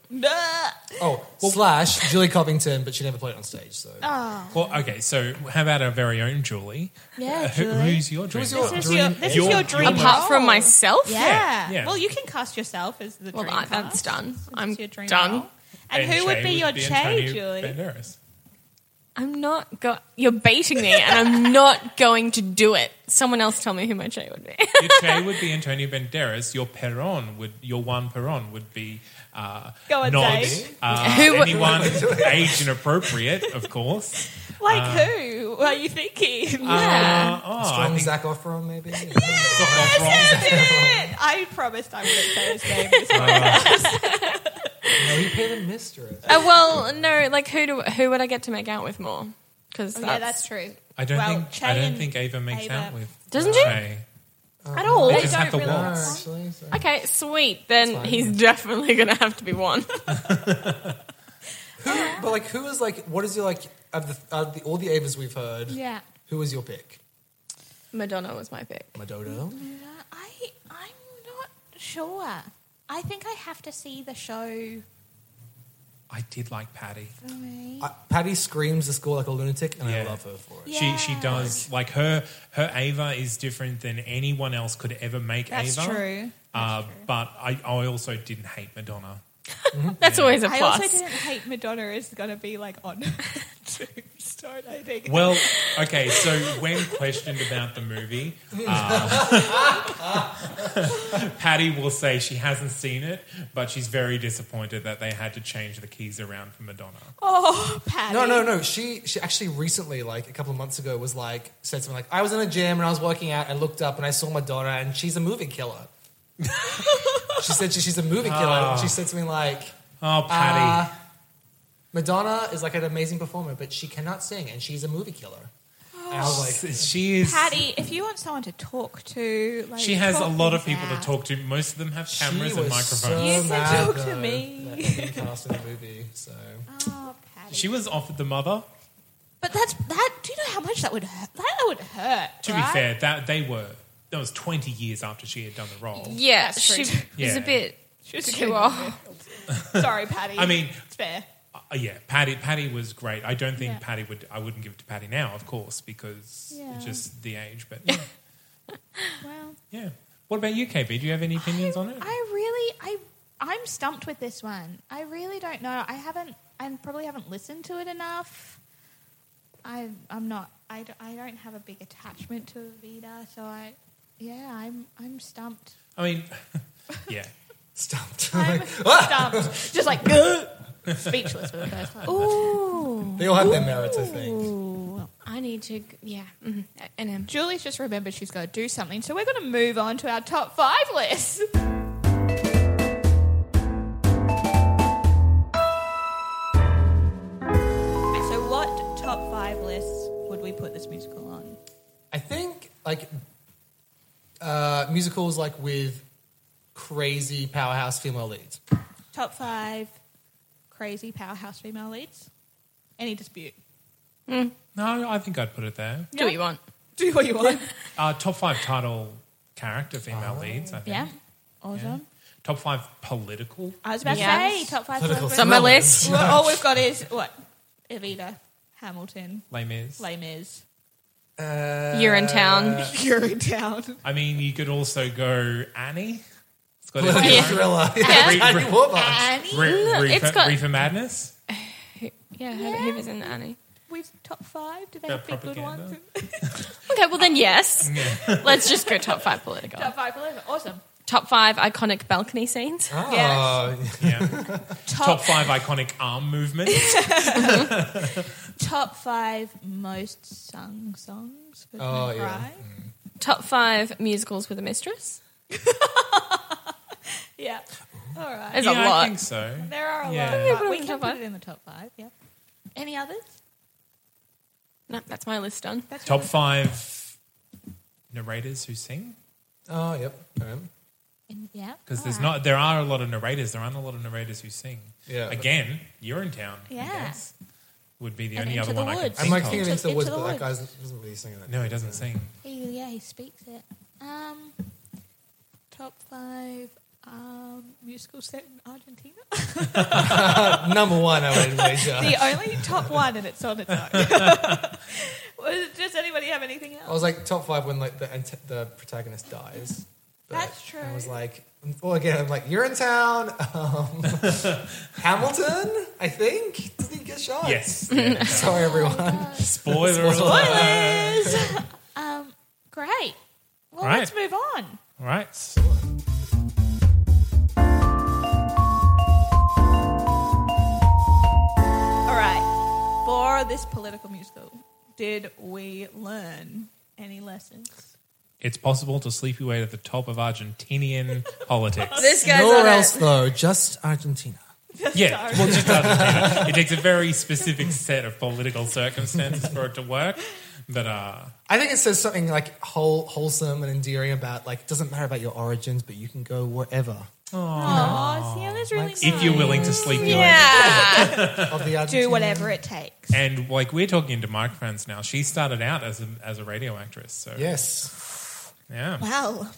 D: Oh, slash Julie Covington, but she never played on stage. So
A: Oh.
B: Well, okay, so how about our very own Julie?
A: Yeah,
B: Uh, Who-
A: Julie.
B: who's your dream?
D: your-
B: cast?
A: This is
D: Dream-
A: your, this
B: Your-
A: is your dream.
C: Apart
A: role.
C: from myself,
A: Yeah.
B: Yeah, yeah.
A: Well, you can cast yourself as the
C: Well,
A: dream.
C: I-
A: cast.
C: that's done.
A: It's
C: I'm
A: your dream
C: done.
A: role. And,
B: And
A: who would
B: Che
A: be your Che,
B: Antonio
A: Julie?
B: Banderas.
C: I'm not go. You're baiting me, and I'm not going to do it. Someone else tell me who my Jay would be.
B: Your Che would be Antonio Banderas. Your Peron would, your Juan Peron would be uh,
A: Go on,
B: not
A: Dave.
B: uh,
C: Who would-
B: anyone age inappropriate, of
A: <laughs>
B: course.
A: Like who? What are you
B: <laughs>
A: thinking?
B: Uh, oh, I
D: strong
B: think
D: Zac Efron, maybe. oh,
B: Zac Efron's-
A: I promised I wouldn't say his name.
B: <laughs>
A: This time.
B: Oh,
D: no, he played a mistress.
C: Uh, <laughs> well, no, like who do who would I get to make out with more? Because Oh, that's,
A: yeah, that's true.
B: I don't
A: Well,
B: think
A: Che
B: I don't
A: and
B: think Ava makes
A: Ava-
B: out with
C: Doesn't she?
B: Che.
C: at all.
B: They just have to
D: No,
B: walk.
D: actually. So.
C: Okay, sweet. Then
D: fine.
C: he's definitely gonna have to be one. <laughs>
D: Who, but like, who is like? What is your like? Of the, of the all the Avas we've heard,
E: Yeah.
D: who was your pick?
C: Madonna was my pick.
D: Madodo.
A: Mm-hmm.
E: Uh, I I'm not sure. I think I have to see the show.
B: I did like Patty.
D: I, Patty screams the score like a lunatic, and I
B: Yeah.
D: love her for it.
B: She she does like her her Ava is different than anyone else could ever make
A: That's
B: Ava.
A: true.
B: Uh, But I, I also didn't hate Madonna.
C: That's always a
A: I
C: plus.
A: also didn't hate Madonna is going to be like on <laughs> Tombstone. I think.
B: Well, okay, so when questioned about the movie, uh, <laughs> Patty will say she hasn't seen it, but she's very disappointed that they had to change the keys around for Madonna.
A: Oh, Patty.
D: No, no, no. She she actually recently, like a couple of months ago, was like said something like, "I was in a gym and I was working out and looked up and I saw Madonna and she's a movie killer." she said she, she's a movie killer. and she said something like,
B: Oh, Patty.
D: Uh, "Madonna is like an amazing performer, but she cannot sing and she's a movie killer." And I was like,
B: she is.
A: Patty, if you want someone to talk to, like,
B: She has a
A: talk
B: lot
A: me
B: of people to
A: down.
B: talk to. Most of them have cameras
D: She
B: and
D: was
B: microphones.
A: You
D: So
A: said
D: mad,
A: talk to
D: though,
A: me.
D: that being cast in the movie, so
E: Oh, Patty.
B: She was offered the mother.
A: But that's that. Do you know how much that would hurt? That would hurt.
B: To
A: right?
B: be fair, that they were. That was twenty years after she had done the role.
C: yeah,
A: That's true.
C: she was
B: Yeah.
C: a bit.
A: she was
C: Too
A: getting
C: old.
A: old. Sorry, Patty.
B: I mean-
A: it's fair.
B: Uh, yeah, Patty. Patty was great. I don't think
A: Yeah.
B: Patty would. I wouldn't give it to Patty now, of course, because
E: Yeah.
B: just the age. But yeah,
E: Well,
B: yeah. What about you, KB? Do you have any opinions on it?
E: I really, I, I'm stumped with this one. I really don't know. I haven't, I probably haven't listened to it enough. I, I'm not. I, d- I don't have a big attachment to Vida, so I, yeah, I'm, I'm stumped.
B: I mean, <laughs> yeah.
D: stumped.
E: I'm
B: <laughs>
E: stumped. Just like speechless for the first time.
C: Ooh,
D: they all have their merits, I think.
C: I need to. g- Yeah, mm, and um,
E: Julie's just remembered she's got to do something, so we're going to move on to our top five list.
A: So, what top five lists would we put this musical on?
D: I think like uh, musicals like with crazy powerhouse female leads.
A: Top five crazy powerhouse female leads. Any dispute?
B: No, I think I'd put it there.
C: do what you want.
A: Do what you want.
B: Uh, top five title character female leads. I think.
E: Yeah.
A: Awesome.
B: Top five political.
A: I was about
C: Yes.
A: to say top five.
D: Political
A: celebrities.
C: It's on my list.
A: Well, all we've got is what Evita, Hamilton,
B: Lame is.
A: Les Mis,
C: You're in town.
A: Eurotown.
B: I mean, you could also go Annie. It's got
D: Like
B: its
D: a
B: own- <laughs>
D: thriller.
B: Re-
D: Annie
B: re- <laughs>
D: Warbucks.
A: Annie.
B: re-
C: No, it's
B: reefer,
C: got-
B: reefer Madness.
C: Yeah, who who was in Annie?
A: We've top five. Do they
B: Yeah,
A: have big good
B: propaganda.
A: ones?
C: Okay, well then yes. Let's just go top five political.
A: top five, eleven. Awesome.
C: Top five iconic balcony scenes.
D: Oh,
B: Yeah. Top five iconic arm movements.
A: Top five most sung songs for
D: Oh,
A: oh,
D: yeah.
A: Cry.
C: Top five musicals with a mistress.
A: Yeah. All right.
C: There's
B: yeah,
C: a lot.
B: I think so.
A: There are a
B: Mm. Yeah.
A: lot.
B: Yeah,
A: but
C: put
A: we
C: it in
A: can
C: the top
A: put it in the top five. Yeah. Any others?
C: No, that's my list done.
A: That's
B: Top five narrators who sing
D: oh, yep. Alright.
A: In, yeah.
B: because
A: all
B: there's
A: right.
B: not there are a lot of narrators. There aren't a lot of narrators who sing.
D: Yeah.
B: Again, you're in town. I
A: Yeah.
B: guess, would be the
A: And
B: only
A: Into
B: other
A: the
B: one
A: Woods.
D: I'm
B: I
D: like
B: can
D: thinking of
B: think
D: Into
A: Into
D: the Woods,
A: the
D: but that
A: Woods.
D: guy doesn't really sing that.
B: of. No, he doesn't sing.
A: He, yeah, he speaks it. Um, top five um, musical set in
B: <laughs>
A: Argentina.
D: <laughs> Number one, I would wager.
A: the only top one, and it's on its own.
B: <laughs>
A: Was- Does anybody have anything else?
D: I was like top five when like the ant- the protagonist dies. But
A: That's true.
D: I was like, well, again, I'm like, you're in town. <laughs> Um, Hamilton, I think. Did he get shot?
B: Yes. Yeah.
D: Sorry, everyone.
B: Spoiler alert.
A: Spoilers. um, great. Well,
B: Right.
A: let's move on.
B: All right.
A: All right. For this political musical, did we learn any lessons?
B: It's possible to sleep your way to the top of Argentinian politics.
C: This guy's
D: Nowhere
C: on
D: else
C: it.
D: though, just Argentina.
B: Yeah, well, just Argentina. It takes a very specific set of political circumstances for it to work. But uh,
D: I think it says something like whole, wholesome and endearing about like it doesn't matter about your origins, but you can go wherever
A: Oh, see, that's really nice.
B: if you're willing to sleep your way
C: Yeah.
D: of the Argentina.
A: do whatever it takes.
B: And like we're talking into microphones now. She started out as a, as a radio actress. So
D: Yes.
B: yeah,
A: Well,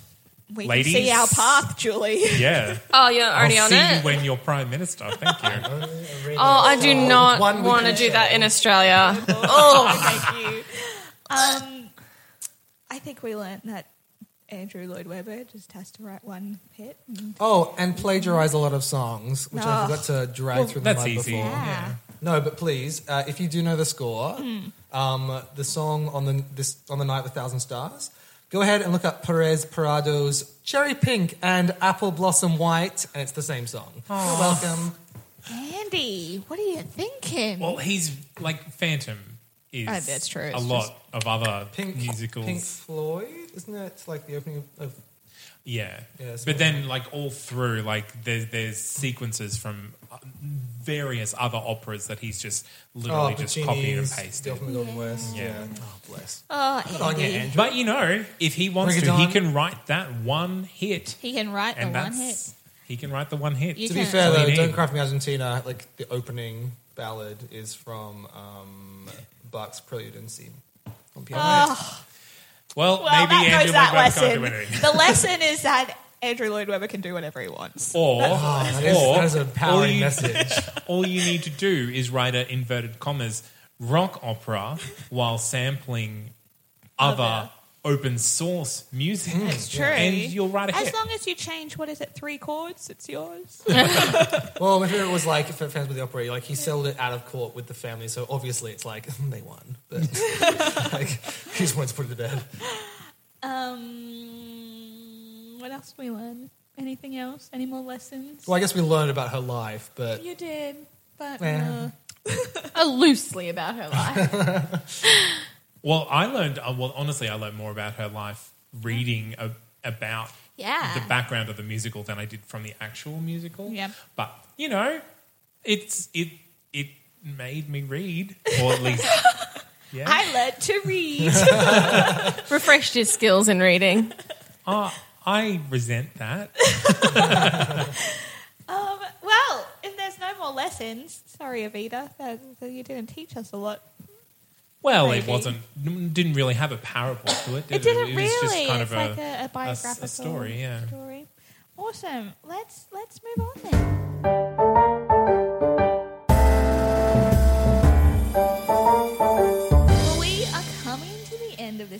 A: we can
B: Ladies.
A: see our path, Julie. <laughs>
B: yeah.
C: Oh, you're
B: I'll
C: already
B: see
C: on
B: you
C: it.
B: when you're prime minister. Thank
D: <laughs>
B: you.
C: Oh, I do not
D: One
C: want to
D: weekend
C: do
D: show.
C: that in Australia.
A: oh, thank <laughs> you. Um, I think we learnt that Andrew Lloyd Webber just has to write one hit.
D: Oh, and plagiarize a lot of songs, which I
A: Oh.
D: forgot to drag through the
B: that's
D: mud
B: easy.
D: before.
A: Yeah.
D: No, but please, uh, if you do know the score, um, the song on the this on the night with thousand stars, go ahead and look up Perez Parado's "Cherry Pink" and "Apple Blossom White," and it's the same song. You're welcome.
A: Andy, what are you thinking?
B: Well, he's like Phantom is
A: Oh, that's true.
B: a
A: It's
B: lot of other
D: Pink
B: musicals.
D: Pink Floyd, isn't it? Like the opening of. of
B: Yeah.
D: Yeah, it's
B: but
D: very-
B: then like all through like there's there's sequences from uh, various other operas that he's just literally just copied and
D: Puccini's oh, The
B: pasted.
D: Elf from the Golden West.
B: Yeah.
D: Oh, bless.
A: oh,
D: Oh, yeah,
A: Andy.
D: Andrew.
B: But you know, if he wants
D: Bring it
B: to, he
D: on.
B: can write that one hit,
A: He can write
B: and
A: the
B: that's
A: one hit.
B: he can write the one hit.
A: You
D: To be
A: can-
B: That's
D: fair,
B: all
D: though,
B: you
D: Don't
B: need.
D: Cry Me Argentina, like the opening ballad is from um, Bach's Prelude and Scene. On piano.
B: Well,
A: Well,
B: maybe
A: that
B: Andrew
A: goes that
B: Webber can't do
A: lesson.
B: anything.
A: the lesson is that Andrew Lloyd Webber can do whatever he wants.
D: <laughs>
B: Or,
D: Oh, That is,
B: or
D: that is an
B: all,
D: empowering
B: you,
D: message.
B: <laughs> all you need to do is write a inverted commas rock opera while sampling other
A: Other.
B: open source music.
D: Hmm.
A: It's true.
B: And you'll write a
A: As
B: hit.
A: long as you change, what is it, three chords? It's
B: <laughs>
A: yours.
D: Well, my favorite was like for fans with the opera, like he settled it out of court with the family, so obviously it's like <laughs> they won, but <laughs> like he just wanted to put it to bed.
A: um, what else did we learn? Anything else? Any more lessons?
D: Well, I guess we learned about her life, but
A: You did, but
D: Yeah.
A: <laughs>
C: Uh, loosely about her life.
B: Well, I learned. Uh, well, honestly, I learned more about her life reading a, about
A: Yeah.
B: the background of the musical than I did from the actual musical.
A: Yep.
B: But you know, it's it it made me read, or at least yeah.
A: I learned to read.
C: Refreshed his skills in reading.
B: Uh, I resent
A: <laughs>
B: that.
A: um, well, if there's no more lessons, sorry, Avita, that, that you didn't teach us a lot.
B: Well, it
A: Maybe.
B: wasn't. n- Didn't really have a parable to it. Did
A: It didn't
B: was
A: really.
B: just kind
A: it's
B: of
A: like a,
B: a,
A: a
B: s-
A: biographical
B: story. Yeah.
A: story. Awesome. Let's let's move on then.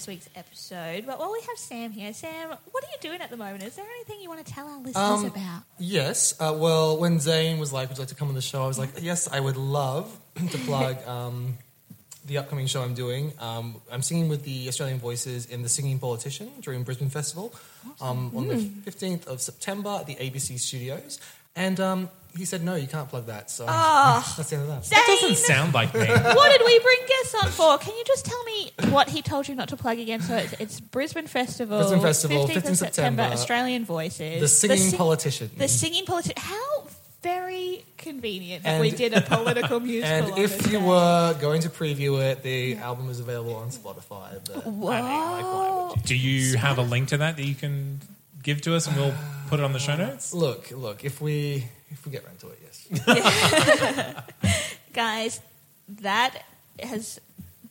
A: week's episode. But while we have Sam here, Sam, what are you doing at the moment? Is there anything you want to tell our listeners
D: Um,
A: about?
D: Yes. Uh, well, when Zane was like, "Would you like to come on the show?" I was like, "Yes, I would love <clears throat> to plug um, the upcoming show I'm doing. Um, I'm singing with the Australian Voices in the Singing Politician during Brisbane Festival um, on
A: Hmm.
D: the 15th of September at the ABC Studios." And um, he said, "No, you can't plug that." So
A: Ah.
D: <laughs> that's the end of that.
A: Zane,
B: Doesn't sound like
A: <laughs>
B: me.
A: what did we bring guests on for? Can you just tell me what he told you not to plug again? So it's, it's Brisbane Festival,
D: Brisbane Festival,
A: 15th, of
D: 15th
A: September,
D: September.
A: Australian Voices,
D: The Singing
A: sing-
D: Politician.
A: the singing politician. How very convenient that
D: And-
A: we did a
D: <laughs>
A: political musical.
D: and
A: on
D: if
A: this
D: you
A: day.
D: were going to preview it, the album is available on Spotify. But I mean, like, why would you?
B: Do you have a link to that that you can give to us and we'll put it on the show notes?
D: Look, look. If we if we get around to it, yes.
A: guys, that has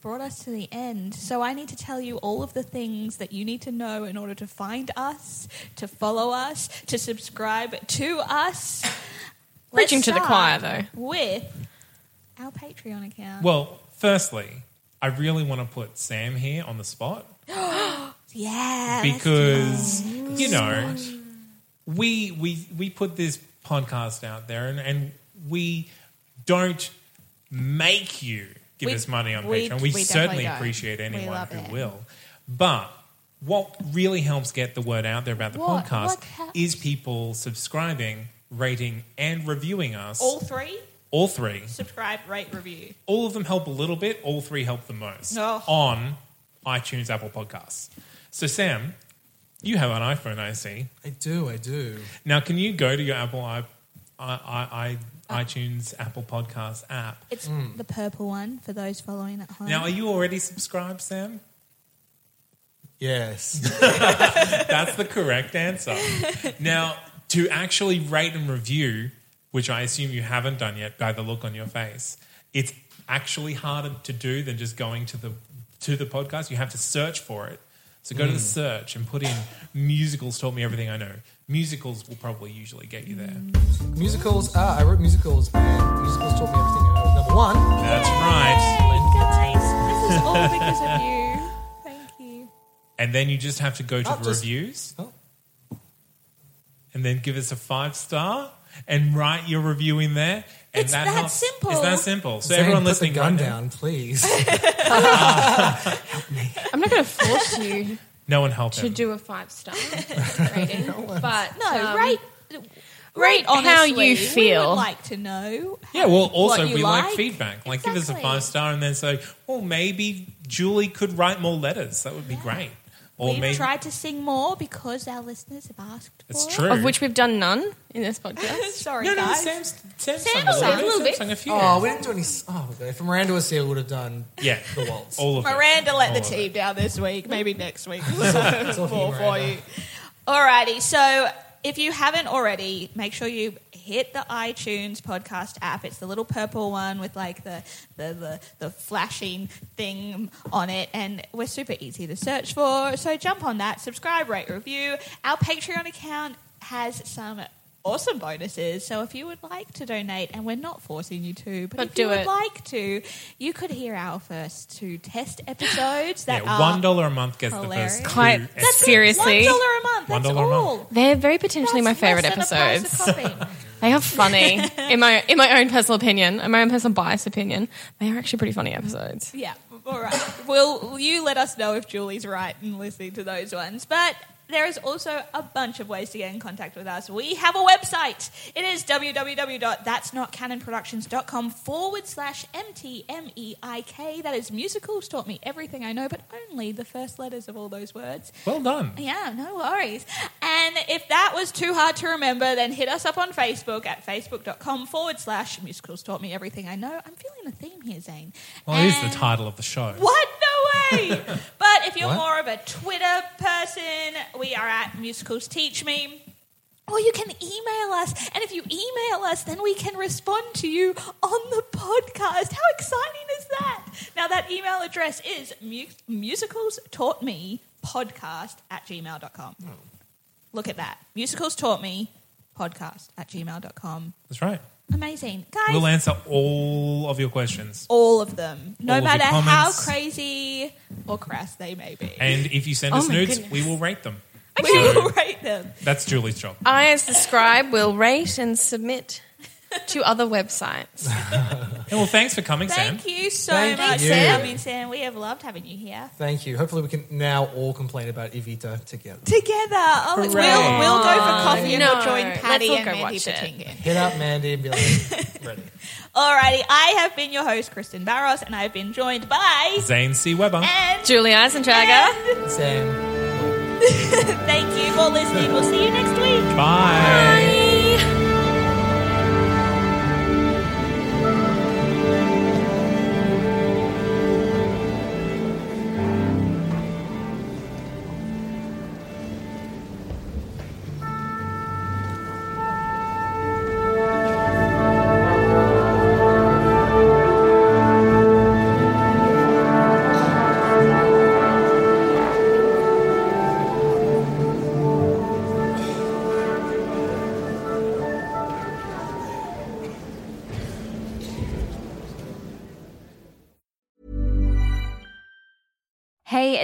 A: brought us to the end. So I need to tell you all of the things that you need to know in order to find us, to follow us, to subscribe to us. Let's
C: Preaching to the
A: start
C: choir,
A: With our Patreon account.
B: Well, firstly, I really want to put Sam here on the spot
A: yeah. let's
B: because you know we we we put this podcast out there and, and we don't make you give
A: We-
B: us money on
A: we-
B: Patreon. We,
A: we definitely
B: certainly
A: don't.
B: appreciate
A: We
B: anyone
A: love
B: who
A: it.
B: will. But what really helps get the word out there about the
A: What-
B: podcast
A: what helps?
B: is people subscribing, rating, and reviewing us.
A: all three
B: all three
A: subscribe, rate, review.
B: all of them help a little bit. All three help the most
A: Oh.
B: on iTunes, Apple Podcasts. So, Sam, you have an iPhone, I see.
D: I do, I do.
B: Now, can you go to your Apple i, I, I, I iTunes Apple Podcast app?
A: It's
D: Hmm.
A: the purple one for those following at home.
B: Now, are you already subscribed, Sam?
D: Yes.
B: That's the correct answer. Now, to actually rate and review, which I assume you haven't done yet by the look on your face, it's actually harder to do than just going to the to the podcast. You have to search for it. So go to
D: Mm.
B: the search and put in musicals taught me everything I know. Musicals will probably usually get you there.
D: musicals. Ah, I wrote musicals, and musicals taught me everything I know. Number one.
B: That's right.
A: Hey, guys, this is
B: <laughs>
A: all because of you. Thank you.
B: And then you just have to go to
D: Oh,
B: the
D: just-
B: reviews
D: Oh,
B: and then give us a five star and write your review in there. And
A: It's that
B: helps.
A: simple.
B: It's that simple. So
D: Zane,
B: everyone
D: put
B: listening,
D: the gun
B: right now-
D: down, please.
C: I'm not going to force you
B: No one help <laughs>
C: to
B: him.
C: do a five star rating, but
A: No,
C: um,
A: rate.
C: rate how you
A: honestly. We
C: feel.
A: would like to know.
B: Yeah, well, also
A: you
B: we like,
A: like.
B: feedback. Like, give us a
A: Exactly.
B: five star, and then say, "Well, maybe Julie could write more letters. That would be great." Or
A: We've
B: maybe
A: tried to sing more because our listeners have asked.
B: it's
A: for
B: true.
C: of which we've done none in this podcast.
A: It. <laughs> Sorry,
B: no, no,
A: guys.
B: Sam's, Sam's
A: Sam
B: sung
A: sang
B: a little
A: a
B: bit.
A: little
B: Sam
A: bit.
B: sang a few.
D: oh, we didn't do any. s- Oh, okay. if Miranda was here, we would have done
B: yeah,
D: the waltz.
B: all of it.
A: Miranda let the
B: All of
A: team
B: it.
A: down this week. Maybe next
B: <laughs>
A: week. we'll have
D: It's all for
A: <laughs> more
D: you,
A: for you.
D: Miranda.
A: Alrighty. So if you haven't already, make sure you hit the iTunes podcast app. It's the little purple one with like the the the, the flashing thing on it, and we're super easy to search for. So jump on that. Subscribe, rate, review. Our Patreon account has some. Awesome bonuses. So if you would like to donate, and we're not forcing you to, but,
C: But
A: if you
C: do
A: would
C: it.
A: like to, you could hear our first two test episodes that
B: Yeah,
A: are
B: one dollar a month gets
A: hilarious.
B: the first.
C: Quite
B: two
C: That's
B: episodes.
C: seriously.
A: one dollar a month. That's
B: $1 a month.
A: all.
C: They're very potentially my
A: That's
C: favorite
A: less than the
C: episodes.
A: price of
C: <laughs>
A: coffee.
C: They are funny in my in my own personal opinion, in my own personal bias opinion. They are actually pretty funny episodes.
A: yeah. All right. Will you let us know if Julie's right in listening to those ones? But there is also a bunch of ways to get in contact with us. We have a website. It is www.that'snotcanonproductions.com forward slash MTMEIK. E That is musicals taught me everything I know, but only the first letters of all those words.
B: Well done.
A: Yeah, no worries. And if that was too hard to remember, then hit us up on Facebook at facebook.com forward slash musicals taught me everything I know. I'm feeling a theme here, Zane.
B: Well, it is
A: And-
B: the title of the show.
A: What? No way! but if you're
D: What?
A: more of a Twitter person, we are at musicals teach me. Or you can email us. And if you email us, then we can respond to you on the podcast. How exciting is that? Now, that email address is mu- musicals taught me podcast at gmail.com. Look at that. Musicals taught me podcast at gmail.com.
B: That's right.
A: Amazing. Guys,
B: We'll answer all of your questions.
A: all of them, no
B: All of your
A: matter how
B: comments.
A: crazy or crass they may be. <laughs>
B: And if you send
C: Oh
B: us
C: my
B: nudes,
C: goodness.
B: we will rate them.
A: we will rate them.
B: That's Julie's job.
C: I, as the scribe, will rate and submit to other websites.
A: <laughs>
B: And well, thanks for coming, Sam.
A: Thank you so
D: Thank
A: much
D: you.
A: for coming, Sam. We have loved having you here.
D: Thank you. Hopefully, we can now all complain about Evita together.
A: Together. Oh, we'll, we'll go for coffee and we'll
C: No,
A: join
C: let's
A: Patty
C: all
A: and
C: go
A: Mandy
C: watch it.
A: Patinkin.
D: Hit up Mandy and be
B: <laughs>
D: like, ready.
A: Alrighty, I have been your host, Kristen Barros, and I've been joined by
B: Zane C. Weber.
A: and
C: Julie Eisendrager.
D: Sam.
A: thank you for listening. We'll see you next week.
B: Bye.
F: Hey,